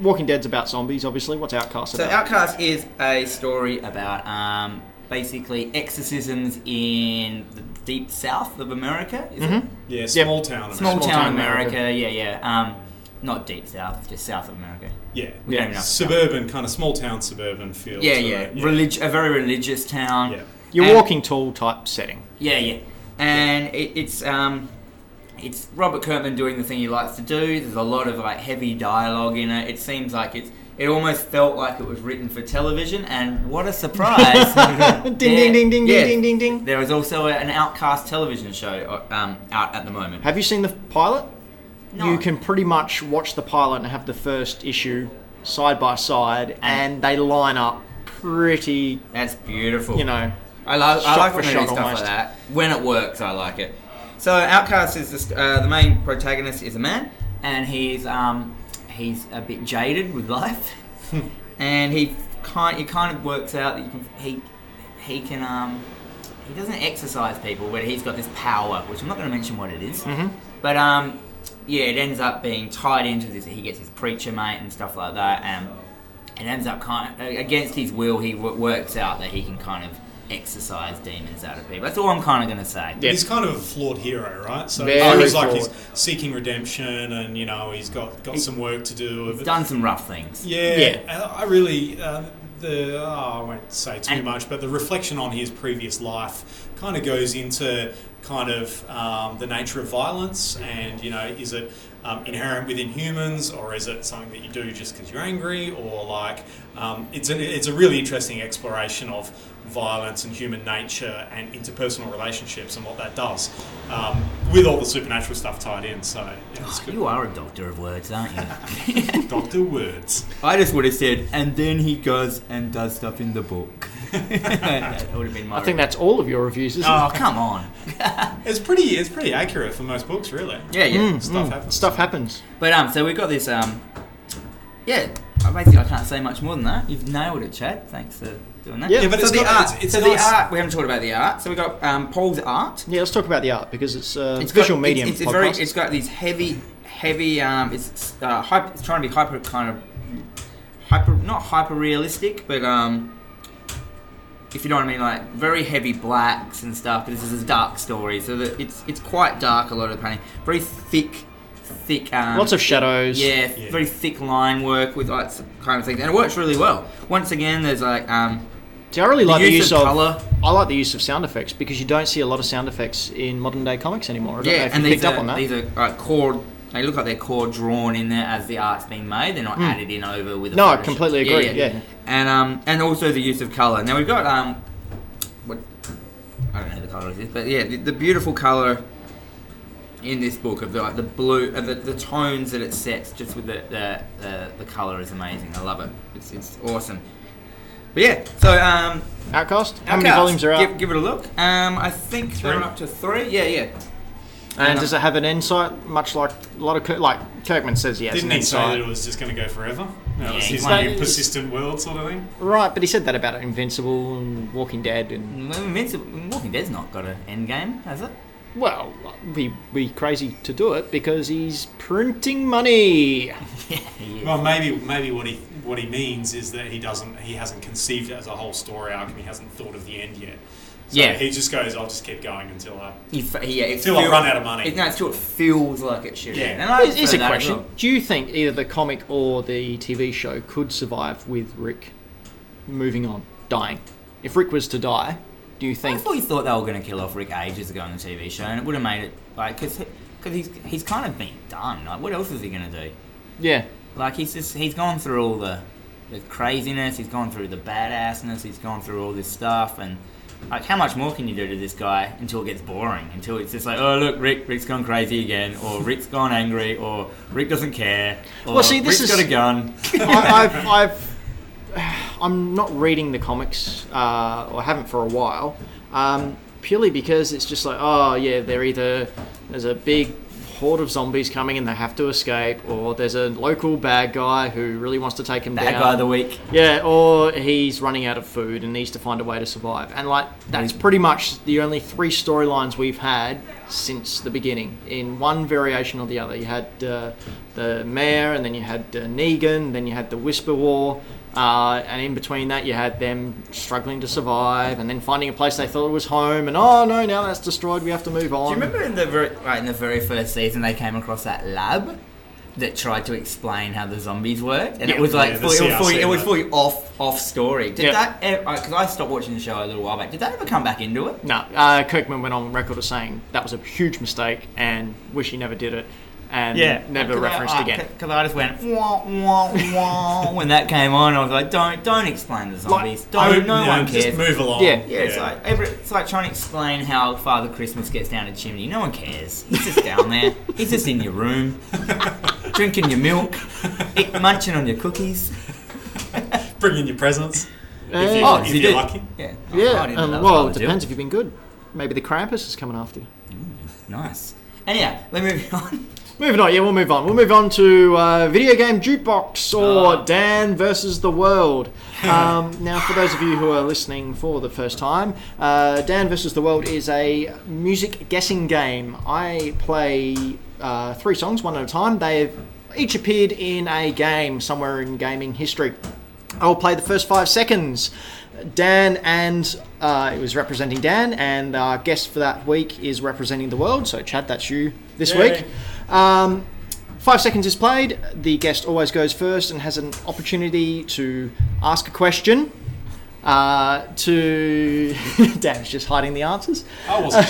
A: Walking Dead's about zombies, obviously. What's Outcast
B: So
A: about?
B: Outcast is a story about um, basically exorcisms in the deep south of America. Is it?
C: Yeah, small town.
B: Small,
A: Mm-hmm. Small
B: town
A: town
B: America. Yeah, yeah. Um, not deep south, just south of America.
C: Yeah,
B: We
A: Yeah.
B: don't know.
C: suburban kind of small town suburban feel.
B: Yeah,
C: to
B: yeah.
C: it,
B: Relig- a very religious town.
C: Yeah.
A: Your
B: And-
A: Walking Tall type setting.
B: Yeah, yeah. And It, it's um, it's Robert Kirkman doing the thing he likes to do. There's a lot of like heavy dialogue in it. It seems like it's. It almost felt like it was written for television, and what a surprise!
A: ding, ding, ding, ding,
B: Yeah.
A: ding, ding, ding, ding.
B: There is also a- an Outcast television show uh, um, out at the moment.
A: Have you seen the pilot?
B: No.
A: You can pretty much watch the pilot and have the first issue side by side, and they line up pretty,
B: That's beautiful.
A: you know.
B: I, lo- I
A: Shot
B: like
A: for
B: when they do
A: shot
B: stuff
A: almost.
B: like that. When it works, I like it. So Outcast is this, uh, the main protagonist is a man, and he's um, he's a bit jaded with life, and he kind he kind of works out that you can, he he can um, he doesn't exercise people, but he's got this power, which I'm not going to mention what it is.
A: Mm-hmm.
B: But um, yeah, it ends up being tied into this. He gets his preacher mate and stuff like that, and it ends up kind of against his will. He w- works out that he can kind of exercise demons out of people. That's all I'm kind of going to say.
A: Yeah.
C: He's kind of a flawed hero, right? So
A: Very
C: it feels like
A: flawed.
C: he's seeking redemption, and you know he's got, got some work to do.
B: He's done some rough things.
C: Yeah,
A: Yeah.
C: I I really uh, the oh, I won't say too
B: And-
C: much, but the reflection on his previous life kind of goes into kind of um, the nature of violence, and you know, is it um, inherent within humans, or is it something that you do just because you're angry, or like um, it's a, it's a really interesting exploration of violence and human nature and interpersonal relationships and what that does um, with all the supernatural stuff tied in so yeah, it's good
B: You are a doctor of words, aren't you?
C: dr words
B: I just would have said, and then he goes and does stuff in the book. that would have been my.
A: I think that's all of your reviews, isn't
B: Oh come on!
C: It's pretty. It's pretty accurate for most books, really.
B: Yeah, yeah.
A: Mm,
C: Stuff
A: mm,
C: happens.
A: Stuff happens.
B: But um, so we've got this um, yeah. I Basically, I can't say much more than that. You've nailed it, Chad. Thanks for doing that.
A: Yeah. Yeah,
C: but
B: so
C: it's
B: the
C: got-
B: art.
C: it's- it's
B: so
C: nice.
B: the art. We haven't talked about the art. So we got um, Paul's art.
A: Yeah, let's talk about the art because it's a
B: It's
A: visual
B: got,
A: medium.
B: It's, it's,
A: podcast.
B: very. It's got these heavy, heavy. Um, it's uh, hyper, It's trying to be hyper, kind of hyper, not hyper realistic, but um, if you know what I mean, like very heavy blacks and stuff. But this is a dark story, so that it's it's quite dark. A lot of the painting, very thick, thick. Um,
A: Lots of shadows.
B: yeah,
C: Yeah.
B: very thick line work with like some kind of things, and it works really well. Once again, there's like um,
A: See, I really like the use of,
B: colour.
A: I like the use of sound effects because you don't see a lot of sound effects in modern day comics anymore. I don't know
B: Yeah,
A: if
B: and
A: you
B: these
A: picked
B: are,
A: up on that.
B: these are uh, core. They look like they're core drawn in there as the art's being made. They're not added in over with. A
A: Hmm. No, I
B: Photoshop.
A: completely agree, yeah.
B: and um, and also the use of color. Now we've got um, what I don't know who the color is, but yeah, the, the beautiful color in this book of the, like, the blue, uh, the, the tones that it sets, just with the the, the, the color is amazing. I love it. It's, it's awesome. But yeah, so um,
A: Outcast. How many
B: Outcast,
A: volumes are out?
B: Give, give it a look. Um, I think
C: Three.
B: they're up to three. Yeah, yeah.
A: and does it have an insight? Much like a lot of Kirk, like Kirkman says, yes,
C: Didn't
A: an
C: he say that
A: insight.
C: it was just going to go forever? That
B: Yeah,
C: was
B: he
C: his
B: might-
C: new persistent world sort of thing.
A: Right, but he said that about Invincible and Walking Dead, and
B: Invincible, Walking Dead's not got an end game, has it?
A: well, be be crazy to do it because he's printing money.
B: Yeah.
C: Well, maybe maybe what he what he means is that he doesn't he hasn't conceived it as a whole story arc and he hasn't thought of the end yet. So
B: Yeah.
C: He just goes, I'll just keep going until I.
B: You f- yeah, it
C: Till I
B: feel-
C: run out of money.
B: It, no, it's till it feels like it should.
C: Yeah.
B: end. And I
A: Here's here's
B: prefer
A: a
B: that as
A: question:
B: well.
A: Do you think either the comic or the TV show could survive with Rick moving on, dying? If Rick was to die, do you
B: I
A: think?
B: thought you thought they were going to kill off Rick ages ago on the TV show, and it would have made it like because he's he's kind of been done. Like, what else is he going to do?
A: Yeah,
B: Like, he's just he's gone through all the the craziness, he's gone through the badassness, he's gone through all this stuff, and like, how much more can you do to this guy until it gets boring? Until it's just like, oh look, Rick, Rick's gone crazy again, or Rick's gone angry, or Rick doesn't care, or
A: Well, see, this
B: Rick's
A: is-
B: got a gun.
A: I, I've, I've, I'm not reading the comics, uh, or haven't for a while, um, purely because it's just like, oh yeah, they're either there's a big horde of zombies coming and they have to escape, or there's a local bad guy who really wants to take him
B: That
A: down.
B: guy of the week.
A: Yeah, or he's running out of food and needs to find a way to survive. And like that's pretty much the only three storylines we've had since the beginning, in one variation or the other. You had uh, the mayor, and then you had uh, Negan, then you had the Whisper War, uh, and in between that you had them struggling to survive, and then finding a place they thought was home, and oh no, now that's destroyed, we have to move on.
B: Do you remember in the very, right in the very first season they came across that lab that tried to explain how the zombies worked, and
A: Yeah.
B: it was like
C: Yeah, the
B: fully, it was fully,
C: CRC
B: it was
C: lab.
B: fully off off story. Did
A: Yeah.
B: that? Because I stopped watching the show a little while back. Did that ever come back into it?
A: No, uh, Kirkman went on record as saying that was a huge mistake and wish he never did it and never referenced
B: Ah,
A: again.
B: Because I just went wah wah wah when that came on. I was like, don't don't explain the zombies.
C: I
B: don't
C: would-
B: Oh, no,
C: no,
B: one cares.
C: Just move along.
A: Yeah.
B: Yeah, it's like every, it's like trying to explain how Father Christmas gets down a chimney. No one cares. He's just down there. He's just in your room, drinking your milk, eat, munching on your cookies.
C: bring in your presents. If, you,
A: Hey. Oh,
C: if
B: so you
C: you're
B: do-
C: lucky.
B: Yeah. Oh,
A: Yeah,
B: I didn't
A: um,
B: know that was
A: well,
B: part
A: it
B: of the
A: depends if you've been good. Maybe the Krampus is coming after you.
B: deal. Nice. Anyhow, let me move on.
A: Moving on, yeah, we'll move on. We'll move on to uh, video game jukebox or
B: Ah.
A: Dan versus the world. Um, now, for those of you who are listening for the first time, uh, Dan versus the world is a music guessing game. I play uh, three songs, one at a time. They've each appeared in a game somewhere in gaming history. I'll play the first five seconds. Dan and uh, it was representing Dan, and our guest for that week is representing the world. So, Chad, that's you this
C: Yay.
A: week. Um, five seconds is played. The guest always goes first and has an opportunity to ask a question. Uh, to Dan's just hiding the answers.
C: I wasn't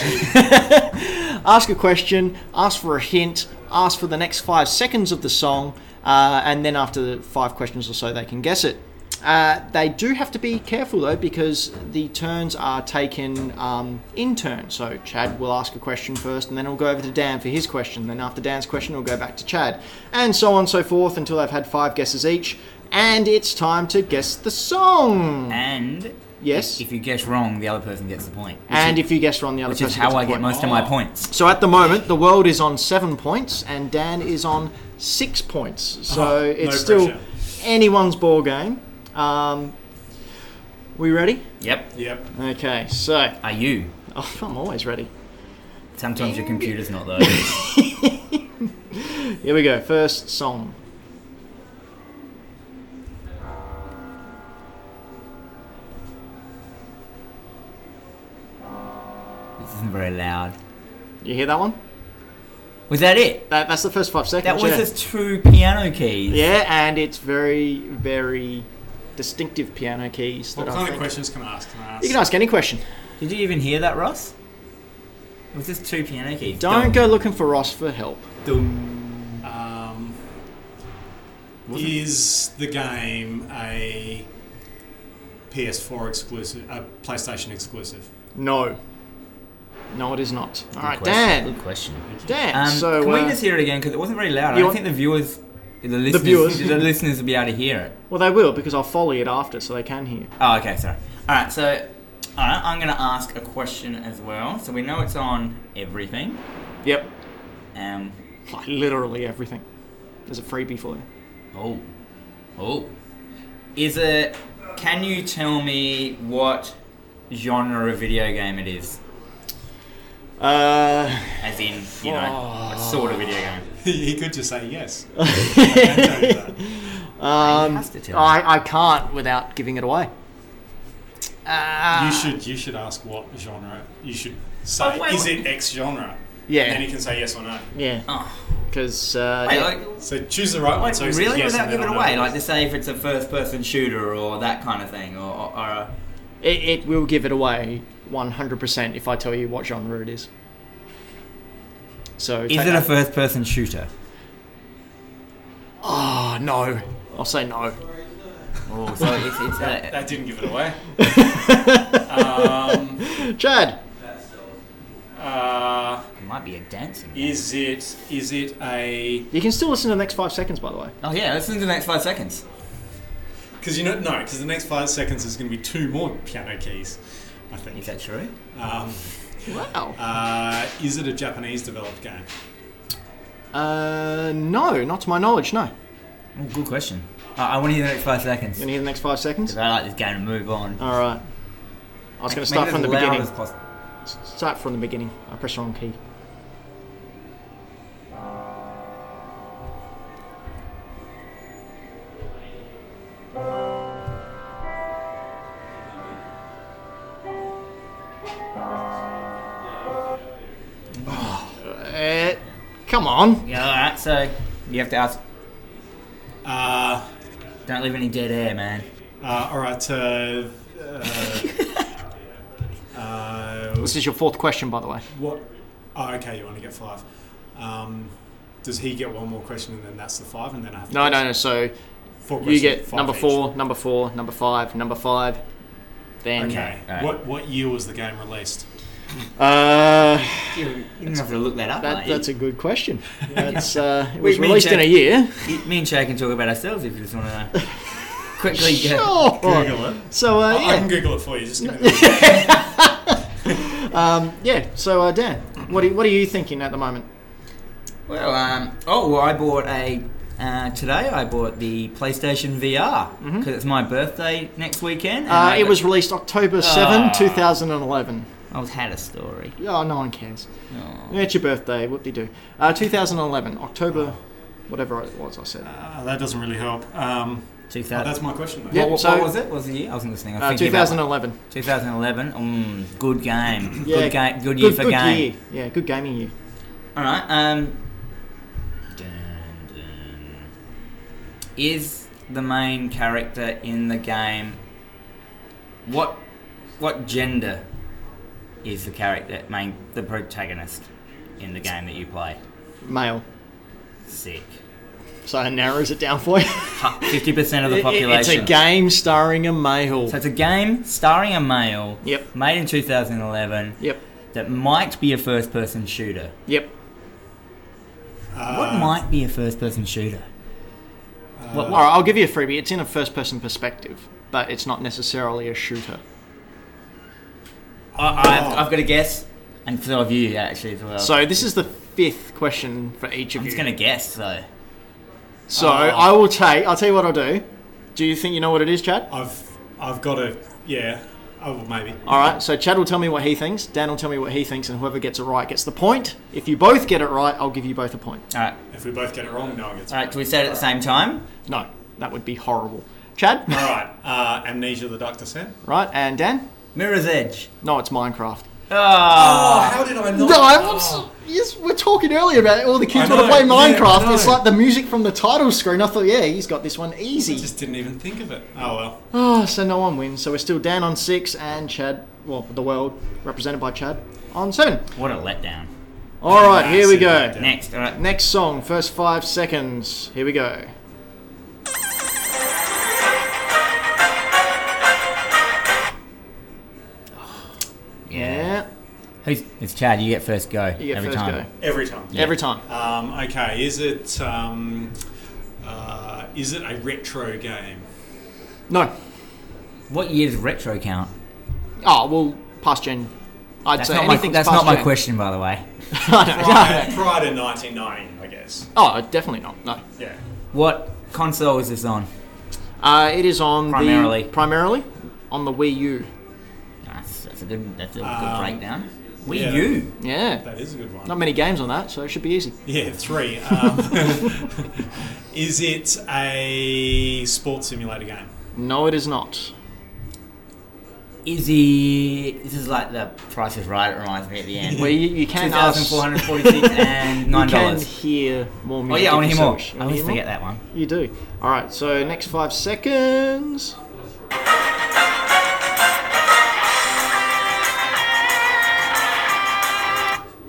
C: cheating.
A: Ask a question. Ask for a hint. Ask for the next five seconds of the song, uh, and then after the five questions or so, they can guess it. Uh, they do have to be careful though, because the turns are taken um, in turn. So Chad will ask a question first, and then it'll go over to Dan for his question. Then after Dan's question, it'll go back to Chad, and so on and so forth until they've had five guesses each. And it's time to guess the song.
B: And
A: Yes.
B: if you guess wrong, the other person gets the point. Which
A: And
B: is,
A: if you guess wrong, the other
B: which
A: person
B: is
A: gets
B: how
A: a
B: I get
A: point.
B: most of my
C: Oh.
B: points.
A: So at the moment, the world is on seven points, and Dan is on six points. So
C: Oh, no
A: it's still
C: pressure.
A: anyone's ball game. Um, we ready?
B: Yep.
C: Yep.
A: Okay, so
B: Are you?
A: oh, I'm always ready.
B: Sometimes your computer's not though.
A: Here we go. First song.
B: this isn't very loud.
A: You hear that one?
B: Was that it?
A: That, that's the first five
B: That
A: seconds.
B: was
A: yeah.
B: just two piano keys.
A: yeah, and it's very, very distinctive piano keys.
C: What
A: that I
C: kind of
A: think-
C: questions can I ask? Can I ask?
A: You can ask any question.
B: Did you even hear that, Ross? It was just two piano keys.
A: Don't go looking for Ross for help.
C: Um,
B: Wasn't-
C: is the game a PS4 exclusive, a PlayStation exclusive?
A: No. No, it is not. All right,
B: question.
A: Dan.
B: Good question.
A: Dan.
B: Um,
A: so
B: can
A: uh,
B: we just hear it again? Because it wasn't very loud.
A: You
B: I don't
A: want-
B: think the viewers, the listeners,
A: viewers.
B: the listeners will be able to hear it.
A: Well, they will because I'll foley it after, so they can hear.
B: Oh, okay, sorry. All right, so all right, I'm going to ask a question as well. So we know it's on everything.
A: Yep.
B: Um,
A: Like literally everything. There's a freebie for you.
B: oh, oh, is it? Can you tell me what genre of video game it is?
A: Uh,
B: As in, you know, what sort of video game?
C: he could just say yes. I can tell you that.
A: um,
B: has to tell
A: I, I can't without giving it away.
C: You should you should ask what genre. You should say
B: Ah. Oh, wait,
C: is
B: wait.
C: it X genre? And then he
A: Yeah.
C: can say yes or no.
A: Yeah.
B: Oh,
A: Because uh,
B: wait,
A: yeah.
B: like,
C: So choose the right one.
B: Like,
C: So he says
B: really,
C: yes
B: without
C: and then
B: giving it
C: I'll know
B: away,
C: what
B: like
C: it
B: to
C: is.
B: say if it's a first-person shooter or that kind of thing, or, or, or a,
A: it, it will give it away 100% if I tell you what genre it is. So take that-
B: first-person shooter?
A: Oh no! I'll say no.
B: Oh, so it's, it's uh, a,
C: That didn't give it away. um,
A: Chad.
C: uh,
B: it might be a dancing. game.
C: is it is it a
A: You can still listen to the next five seconds, by the way.
B: Oh yeah, listen to the next five seconds.
C: Because you know, no, because the next five seconds is going to be two more piano keys, I
B: Is
C: think.
B: that true?
C: Um,
A: Wow.
C: uh, is it a Japanese developed game?
A: Uh, no, not to my knowledge, no.
B: Oh, good question. I, I want to hear the next five seconds.
A: You gonna hear the next five seconds?
B: 'Cause I like this game to move on.
A: All right. I was gonna
B: Make
A: start
B: it
A: from the
B: as loud
A: beginning.
B: as possible.
A: S- Start from the beginning. I pressed the wrong key. Uh, come on.
B: Yeah, all right. So you have to ask.
C: Uh,
B: Don't leave any dead air, man.
C: uh, all right. Uh, uh, uh,
A: This is your fourth question, by the way.
C: what? Oh, okay. You only get five. Um, does he get one more question and then that's the five and then I have to
A: No,
C: guess?
A: no, no. So
C: Four
A: you
C: questions,
A: get
C: five
A: number
C: each.
A: four, number four, number five, number five. Then
C: Okay.
B: Alright.
C: What what year was the game released?
A: uh,
B: You you don't have to look that up.
A: that,
B: mate.
A: that's a good question. That's uh, it
B: We-
A: was
B: me and
A: released in a
B: Jack-
A: year.
B: You- Me and Shay can talk about ourselves if you just want to know. Quickly, get
A: Sure.
C: Google it.
A: So uh,
C: I can
A: Oh, yeah,
C: Google it for you. Just give me the
A: yeah. So uh, Dan, what are, what are you thinking at the moment?
B: Well, um, oh, well, I bought a. Uh, today I bought the PlayStation VR because it's my birthday next weekend. and
A: Mm-hmm. Uh,
B: I
A: it
B: got-
A: was released October 7,
B: Ah.
A: 2011.
B: I was had a story.
A: Oh, no one cares.
B: Oh. Oh.
A: Yeah, it's your birthday. Whoop de doo. Uh, 2011, October, whatever it was. I said.
C: uh, that doesn't really help. Um, oh,
B: 2000.
C: that's my question. Though.
A: Yeah.
B: what, what,
A: so-
B: what was it? What was the year? I wasn't listening. I
A: Uh,
B: was thinking about
A: 2011.
B: 2011. Mm, good game.
A: Yeah,
B: good game. Good year for
A: good
B: game.
A: Year. Yeah, good gaming year.
B: All right. Um, dun, dun. Is the main character in the game what what gender is the character main the protagonist in the game that you play?
A: Male.
B: Sick.
A: So it narrows it down for you.
B: Fifty percent of
A: It-
B: the
A: it- It's
B: population.
A: a game starring a male.
B: So it's a game starring a male.
A: Yep.
B: Made in 2011.
A: Yep.
B: That might be a first-person shooter.
A: Yep.
B: what
A: Uh.
C: Uh,
B: might be a first-person shooter?
A: All right, I'll give you a freebie. It's in a first-person perspective, but it's not necessarily a shooter.
B: I,
A: Oh.
B: I've,
C: oh,
B: I've got a guess, and so have you actually as well.
A: So this is the fifth question for each of
B: I'm
A: you.
B: just gonna guess though.
C: Oh.
A: So I will take. I'll tell you what I'll do. Do you think you know what it is, Chad?
C: I've I've got a yeah. Oh, well, maybe.
A: All right. So Chad will tell me what he thinks. Dan will tell me what he thinks, and whoever gets it right gets the point. If you both get it right, I'll give you both a point.
B: All right,
C: If we both get it wrong, no one gets it.
B: all right. Do we say it at the same time?
A: No, that would be horrible. Chad,
C: All right. Uh, Amnesia the Doctor said.
A: right? And Dan?
B: Mirror's Edge.
A: No, it's Minecraft.
B: Oh,
C: Oh, how did I not?
A: Uh, No, I'm s yes, we're talking earlier about all the kids
C: Oh. I
A: want to
C: know,
A: play
C: yeah,
A: Minecraft.
C: I know.
A: it's like the music from the title screen. I thought, yeah, he's got this one easy.
C: I just didn't even think of it. Oh well.
A: Oh, so no one wins. So we're still down on six, and Chad, well, the world represented by Chad on seven.
B: what a letdown.
A: All right, here we
C: Massive
A: go.
C: letdown.
B: Next, all right.
A: Next song, first five seconds. Here we go. Yeah,
B: Who's? It's Chad. You get first go
A: you get
B: every
A: first
B: time.
C: Every time.
A: go every time.
C: Um, okay. Is it um, uh, is it a retro game?
A: No.
B: What year does retro count?
A: Oh well, past gen. I'd
B: That's
A: say
B: not my.
A: anything's
B: That's
A: past
B: not my
A: gen.
B: question, by the way.
A: I
C: Prior, Uh, prior to 1990, I guess.
A: know. oh, definitely not. No.
C: Yeah.
B: What console is this on?
A: Uh, it is on
B: Primarily.
A: the primarily on the Wii U.
B: That's, that's a good. That's a
C: Um,
B: good breakdown. Wii
C: yeah.
B: U.
A: Yeah.
C: That is a good one.
A: Not many games on that, so it should be easy.
C: Yeah, three. Um, is it a sports simulator game?
A: No, it is not.
B: Is he? This is like the Price is Right. It reminds me at the end.
A: Well, you, you can
B: Two
A: ask.
B: thousand four hundred forty-six and
A: You
B: nine
A: can
B: dollars.
A: hear more
B: Oh
A: music.
B: yeah, I want to
A: if
B: hear
A: you
B: more.
A: search. You
B: I
A: wanna
B: always
A: hear
B: forget
A: more?
B: that one.
A: You do. All right. So next five seconds.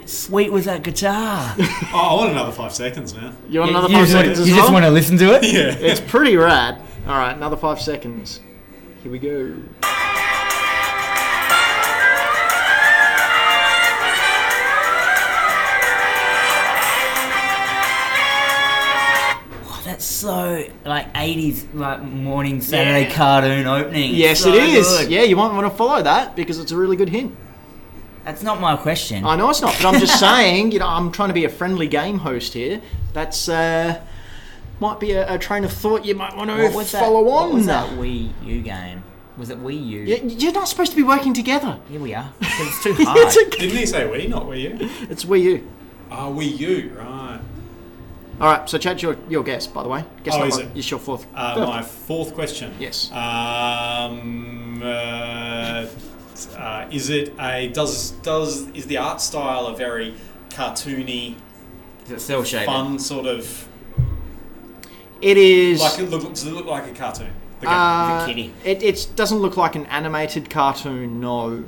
B: Sweet was that guitar.
C: Oh, I want another five seconds now.
A: You want another five seconds as well?
B: to listen to it?
C: Yeah.
A: It's pretty rad. All right, another five seconds. Here we go.
B: Oh, that's so like eighties like morning Saturday cartoon opening.
A: Yes,
B: So
A: it is.
B: good.
A: Yeah, you might want to follow that because it's a really good hint.
B: That's not my question.
A: I know it's not, but I'm just saying, you know, I'm trying to be a friendly game host here. That's uh, might be a, a train of thought you might want to
B: what was that?
A: follow on.
B: What was that Wii U game? Was it Wii U?
A: You- You're not supposed to be working together.
B: Here we are. It's too
A: it's,
B: hard.
C: Didn't he say we, not we you?
A: a, it's Wii U.
C: Ah, we you, right.
A: All right, so Chad, your, your guess, by the way. Guess
C: Oh,
A: not
C: is
A: what-
C: it?
A: It's your fourth.
C: Uh,
A: fourth.
C: my fourth question.
A: Yes.
C: Um, uh, uh, is it a does does is the art style a very cartoony,
B: Is it cell shaded?
C: fun sort of
A: It is.
C: like it look, does it look like a cartoon? The game.
A: uh,
B: kitty.
A: It it's, doesn't look like an animated cartoon, no,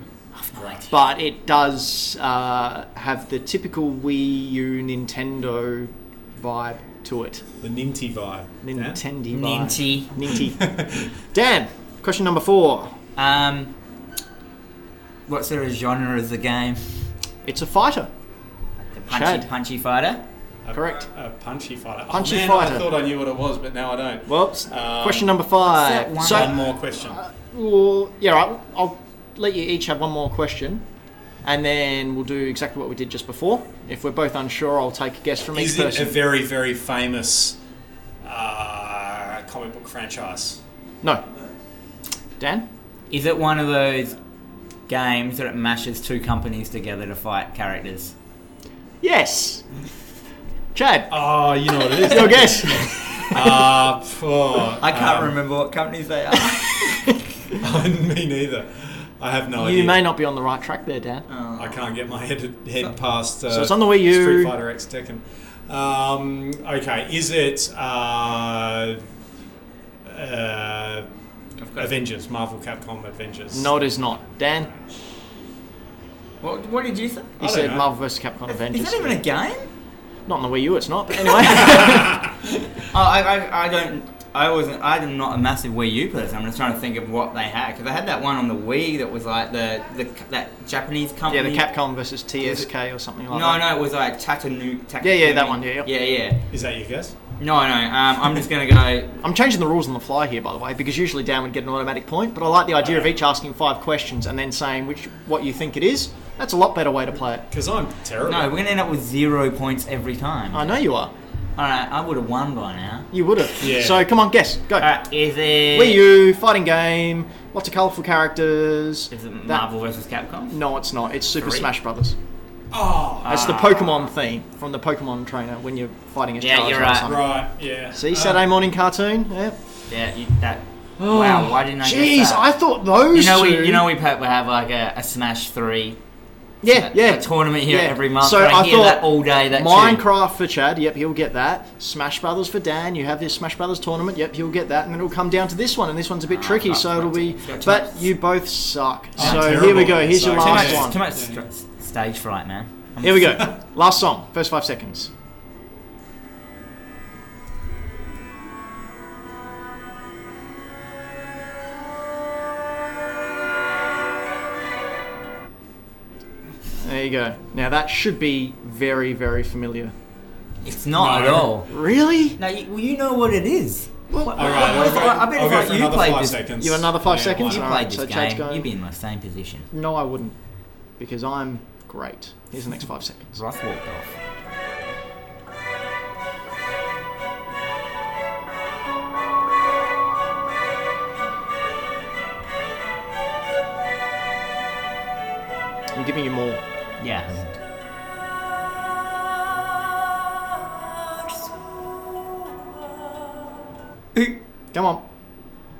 B: Right.
A: but it does uh, have the typical Wii U Nintendo vibe to it.
C: the Ninty vibe. yeah?
A: Nintendy vibe.
B: Ninty.
A: Ninty. Dan, question number four.
B: Um, what sort of genre is the game?
A: It's a fighter.
B: The punchy,
A: Chad.
B: punchy fighter.
C: A-
A: Correct.
C: A, punchy fighter. Oh,
A: Punchy
C: man,
A: fighter.
C: I thought I knew what it was, but now I don't.
A: Well, s-
C: Um,
A: question number five.
B: what's
A: So, Uh,
B: that
C: One more question.
A: well, yeah, right, I'll let you each have one more question, and then we'll do exactly what we did just before. If we're both unsure, I'll take a guess from
C: Is
A: each
C: it a
A: person.
C: very, very famous uh, comic book franchise?
A: no. Dan.
B: Is it one of those games that it mashes two companies together to fight characters?
A: Yes. Chad.
C: Oh, you know what it is.
A: Your guess.
C: uh, phew,
B: I can't
C: um,
B: remember what companies they are.
C: Me neither. I have no idea.
A: You may not be on the right track there, Dan.
C: I can't get my head head past. Uh,
A: So it's on the Wii U.
C: Street Fighter X Tekken. Um, okay, is it uh, uh, Avengers? Marvel, Capcom, Avengers?
A: No, it is not. Dan,
B: What, what did you say?
A: you
C: don't
A: said
C: know.
A: Marvel vs. Capcom Avengers.
B: Is that even a game?
A: Not on the Wii U, it's not. But anyway,
B: Oh, I, I, I don't. I wasn't. I'm not a massive Wii U person. I'm just trying to think of what they had because they had that one on the Wii that was like the, the that Japanese
A: yeah,
B: company.
A: the Capcom versus TSK or something like
B: No,
A: that.
B: no, it was like Tatanu. Tat-
A: Yeah, yeah, that one, yeah,
B: yeah, yeah.
C: Is that your guess?
B: No, no. Um, I'm just gonna go.
A: I'm changing the rules on the fly here, by the way, because usually Dan would get an automatic point. But I like the idea of each asking five questions and then saying which what you think it is. That's a lot better way to play it.
C: Because I'm terrible.
B: No, we're gonna end up with zero points every time.
A: I know you are.
B: All right, I would have won by now.
A: You would have.
C: Yeah.
A: So come on, guess. Go.
B: All right, is it?
A: Wii U fighting game. Lots of colourful characters.
B: Is it
A: That-
B: Marvel versus Capcom?
A: No, it's not. It's Super
B: Three. Ah.
A: Smash Brothers.
C: Oh,
A: It's the Pokemon theme from the Pokemon trainer when you're fighting a
B: Yeah,
A: Charizard
B: you're
A: or
B: right.
A: something.
C: right. Yeah.
A: See,
C: Uh,
A: Saturday morning cartoon. Yeah.
B: Yeah, you, that. wow, why didn't I? get
A: Oh, Jeez,
B: that?
A: I thought those
B: You know,
A: two.
B: we you know we have, we have like a, a Smash Three
A: yeah, yeah.
B: a tournament here
A: Yeah.
B: every month.
A: So
B: So I,
A: I
B: hear
A: thought
B: that all day. That tune.
A: Minecraft for Chad. Yep, he'll get that. Smash Brothers for Dan. You have this Smash Brothers tournament. Yep, he'll get that. And then it'll come down to this one, and this one's a bit tricky.
B: fuck,
A: So it'll be.
B: it's got too
A: But
B: much-
A: you both suck.
C: I'm
A: so
C: terrible
A: here we
C: at
A: go.
C: it,
A: Here's
C: so
A: your
C: I
A: last
C: can't-
B: Ah, Too
A: one.
B: much st- stage fright, man. I'm-
A: Here we go. Last song. First five seconds. There you go. Now that should be very, very familiar.
B: It's not
C: No.
B: at all.
A: Really?
B: No, you, well, you know what it is.
A: Well,
B: What-
C: All
B: what-
C: right.
B: what
C: I'll
B: is-
C: go,
B: I bet if
C: I'll go
B: like
C: for
B: you
C: another
B: played
C: five
B: this,
C: seconds.
A: You have another five
C: Yeah,
A: seconds?
B: you
A: All
C: why not?
A: right,
B: played this
A: so Chad's
B: game.
A: going-
B: You'd be in the same position.
A: No, I wouldn't, because I'm great. Here's the next five seconds.
B: Russ walked off.
A: I'm giving you more.
B: Yeah.
A: Come on.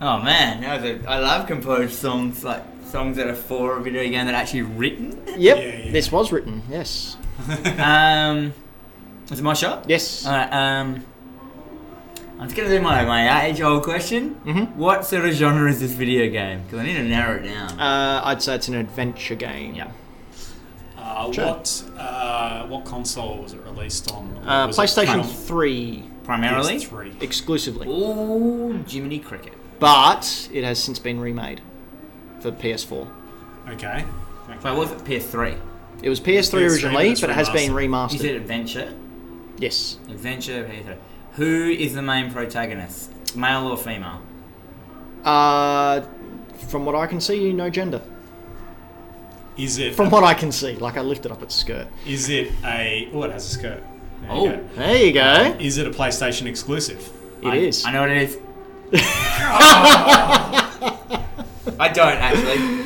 B: Oh man, that was a, I love composed songs like songs that are for a video game that are actually written.
A: Yep,
C: Yeah, yeah.
A: this was written. Yes,
B: um, is it my shot?
A: yes.
B: All right. Um, I'm just gonna do my my age old question.
A: Mhm.
B: What sort of genre is this video game? Because I need to narrow it down.
A: Uh, I'd say it's an adventure game.
B: yeah.
C: Uh,
A: Sure.
C: What uh, what console was it released on? Or
A: Uh,
C: was it
A: PlayStation
C: from-
A: Three
B: Primarily.
C: PS3?
A: exclusively,
B: Ooh, Jiminy Cricket.
A: but it has since been remade for PS4.
C: Okay.
B: So was it PS3?
A: It was PS3
C: PS3,
A: originally,
C: but it's
A: but it has been remastered.
B: Is it adventure?
A: Yes,
B: Adventure PS3. Who is the main protagonist? Male or female?
A: Uh, from what I can see, no gender.
C: Is it
A: From what I can see, like I lifted up its skirt.
C: Is it a? Oh, it has a skirt. There you
B: Oh.
C: go.
A: There you go.
C: Is it a PlayStation exclusive?
A: It
B: I,
A: is.
B: I know what it is. I don't actually.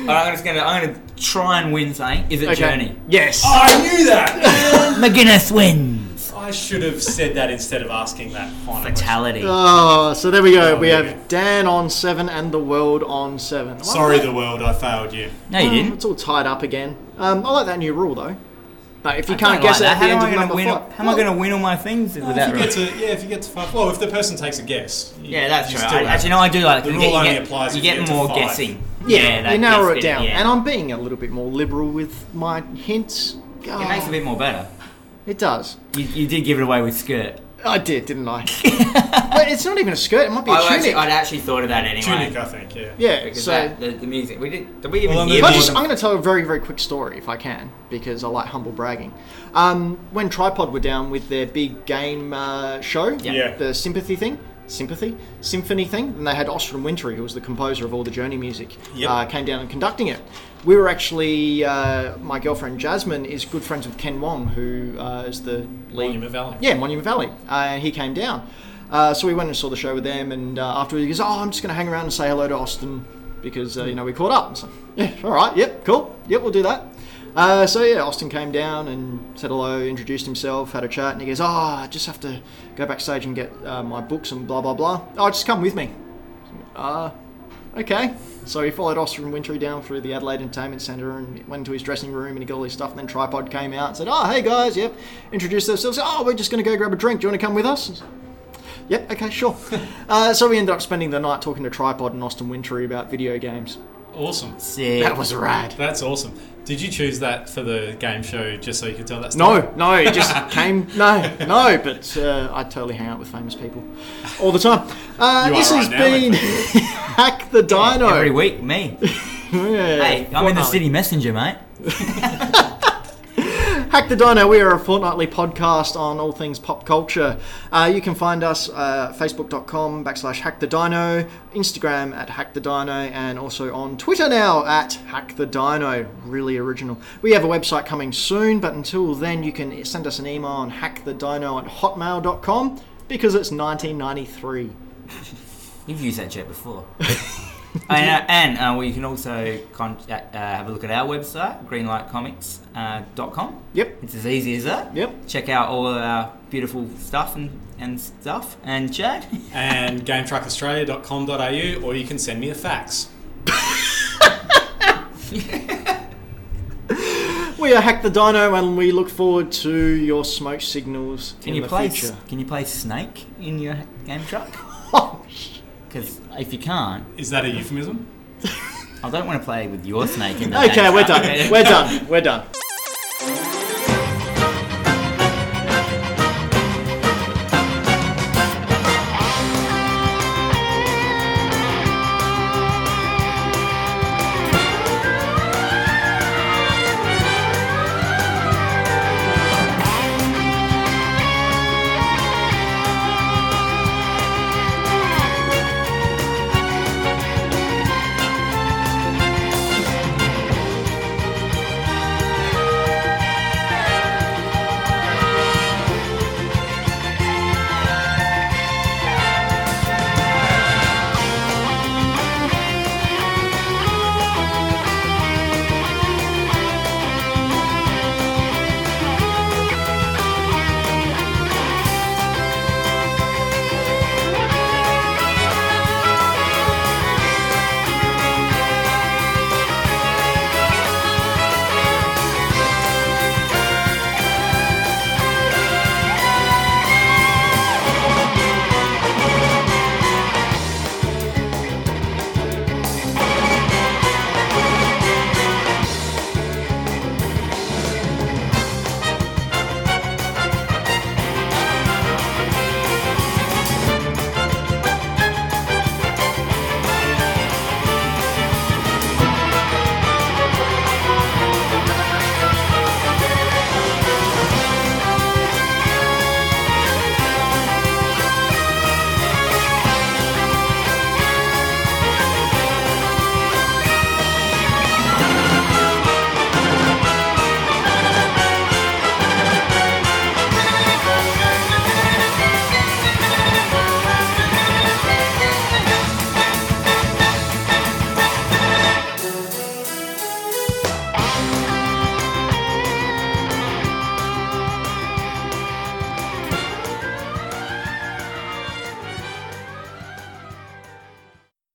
B: All right, I'm just gonna. I'm gonna try and win something. Is it
A: Okay.
B: Journey?
A: Yes.
C: I knew that.
B: McGuinness wins.
C: I should have said that instead of asking that. Final question.
B: Fatality.
A: Oh, so there we go.
C: Oh,
A: we
C: yeah.
A: have Dan on seven and the world on seven.
C: Sorry, the world. I failed you.
B: no, you didn't.
A: hmm, It's all tied up again. Um, I like that new rule though. Like if you
B: I
A: can't
B: don't
A: guess
B: like
A: it at the
B: that.
A: end of
B: how am I gonna
A: number
B: win?
A: five,
B: How am I gonna win all my things with
C: if
B: that?
C: you get
B: Right?
C: to, yeah, if you get to five. Well, if the person takes a guess. you-
B: Yeah, that's
C: you
B: right.
C: still
B: I,
C: have-
B: actually, no, I do like it.
C: The
B: You
C: rule
B: get- you
C: only
B: get-
C: applies
B: You
C: if you
B: get
C: get to
B: more
C: five.
B: guessing.
A: yeah,
B: that
A: you narrow
B: gets
A: it down.
B: yeah.
A: And I'm being a little bit more liberal with my hints.
B: It makes it a bit more better.
A: It does.
B: You, you did give it away with skirt.
A: I did, didn't I? but it's not even a skirt. It might be a
B: I
A: tunic.
B: actually, I'd actually thought of that anyway.
C: Tunic, I think. Yeah.
A: yeah.
B: Because
A: So
B: that- the, the music we did. Did we even
C: Well, I'm
B: hear?
A: Can I
C: Yeah,
A: just,
C: but-
A: I'm going to tell a very, very quick story if I can, because I like humble bragging. Um, when Tripod were down with their big game uh, show,
C: Yeah.
A: the sympathy thing, sympathy, symphony thing, and they had Ostrom Wintery, who was the composer of all the Journey music,
C: Yep.
A: uh, came down and conducting it. We were actually, uh, my girlfriend Jasmine is good friends with Ken Wong, who uh, is the lead
C: Monument Valley.
A: yeah, Monument Valley. Uh, and he came down. Uh, so we went and saw the show with them, and uh, afterwards he goes, Oh, I'm just going to hang around and say hello to Austin because, uh, you know, we caught up. And so, yeah, all right, yep, cool. Yep, we'll do that. Uh, so yeah, Austin came down and said hello, introduced himself, had a chat, and he goes, Oh, I just have to go backstage and get uh, my books and blah, blah, blah. Oh, just come with me. Uh, okay. So he followed Austin Wintry down through the Adelaide Entertainment Centre and went into his dressing room and he got all his stuff. And then Tripod came out and said, Oh, hey guys, yep. Introduced themselves. Oh, we're just going to go grab a drink. Do you want to come with us? Yep, okay, sure. uh, so we ended up spending the night talking to Tripod and Austin Wintry about video games.
C: Awesome.
B: Sick.
A: That was rad.
C: That's awesome. Did you choose that for the game show just so you could tell that story?
A: No, no, it just came. No, no, but uh, I totally hang out with famous people all the time. Uh,
C: You are
A: this has
C: right now,
A: been Hack the Dino.
B: every week. Me.
A: Yeah,
B: hey, I'm in the
A: fortnightly.
B: city messenger, mate.
A: Hack the Dino, we are a fortnightly podcast on all things pop culture. Uh, you can find us uh, facebook.com backslash hack the dino, Instagram at hack the dino, and also on Twitter now at hack the dino. Really original. We have a website coming soon, but until then, you can send us an email on hackthedino at hotmail.com because it's 1993.
B: You've used that jet before. and uh, and uh, well, you can also contact, uh, have a look at our website, greenlightcomics.com.
A: Yep.
B: It's as easy as that.
A: Yep.
B: Check out all of our beautiful stuff and, and stuff. And Chad,
C: And gametruckaustralia.com.au, or you can send me a fax.
A: We are Hack the Dino, and we look forward to your smoke signals
B: can
A: in
B: you
A: the
B: play
A: future.
B: can you play Snake in your game truck? Because if you can't,
C: Is that a euphemism?
B: I don't want to play with your snake in the game
A: okay, we're
B: truck.
A: done. We're done. We're done.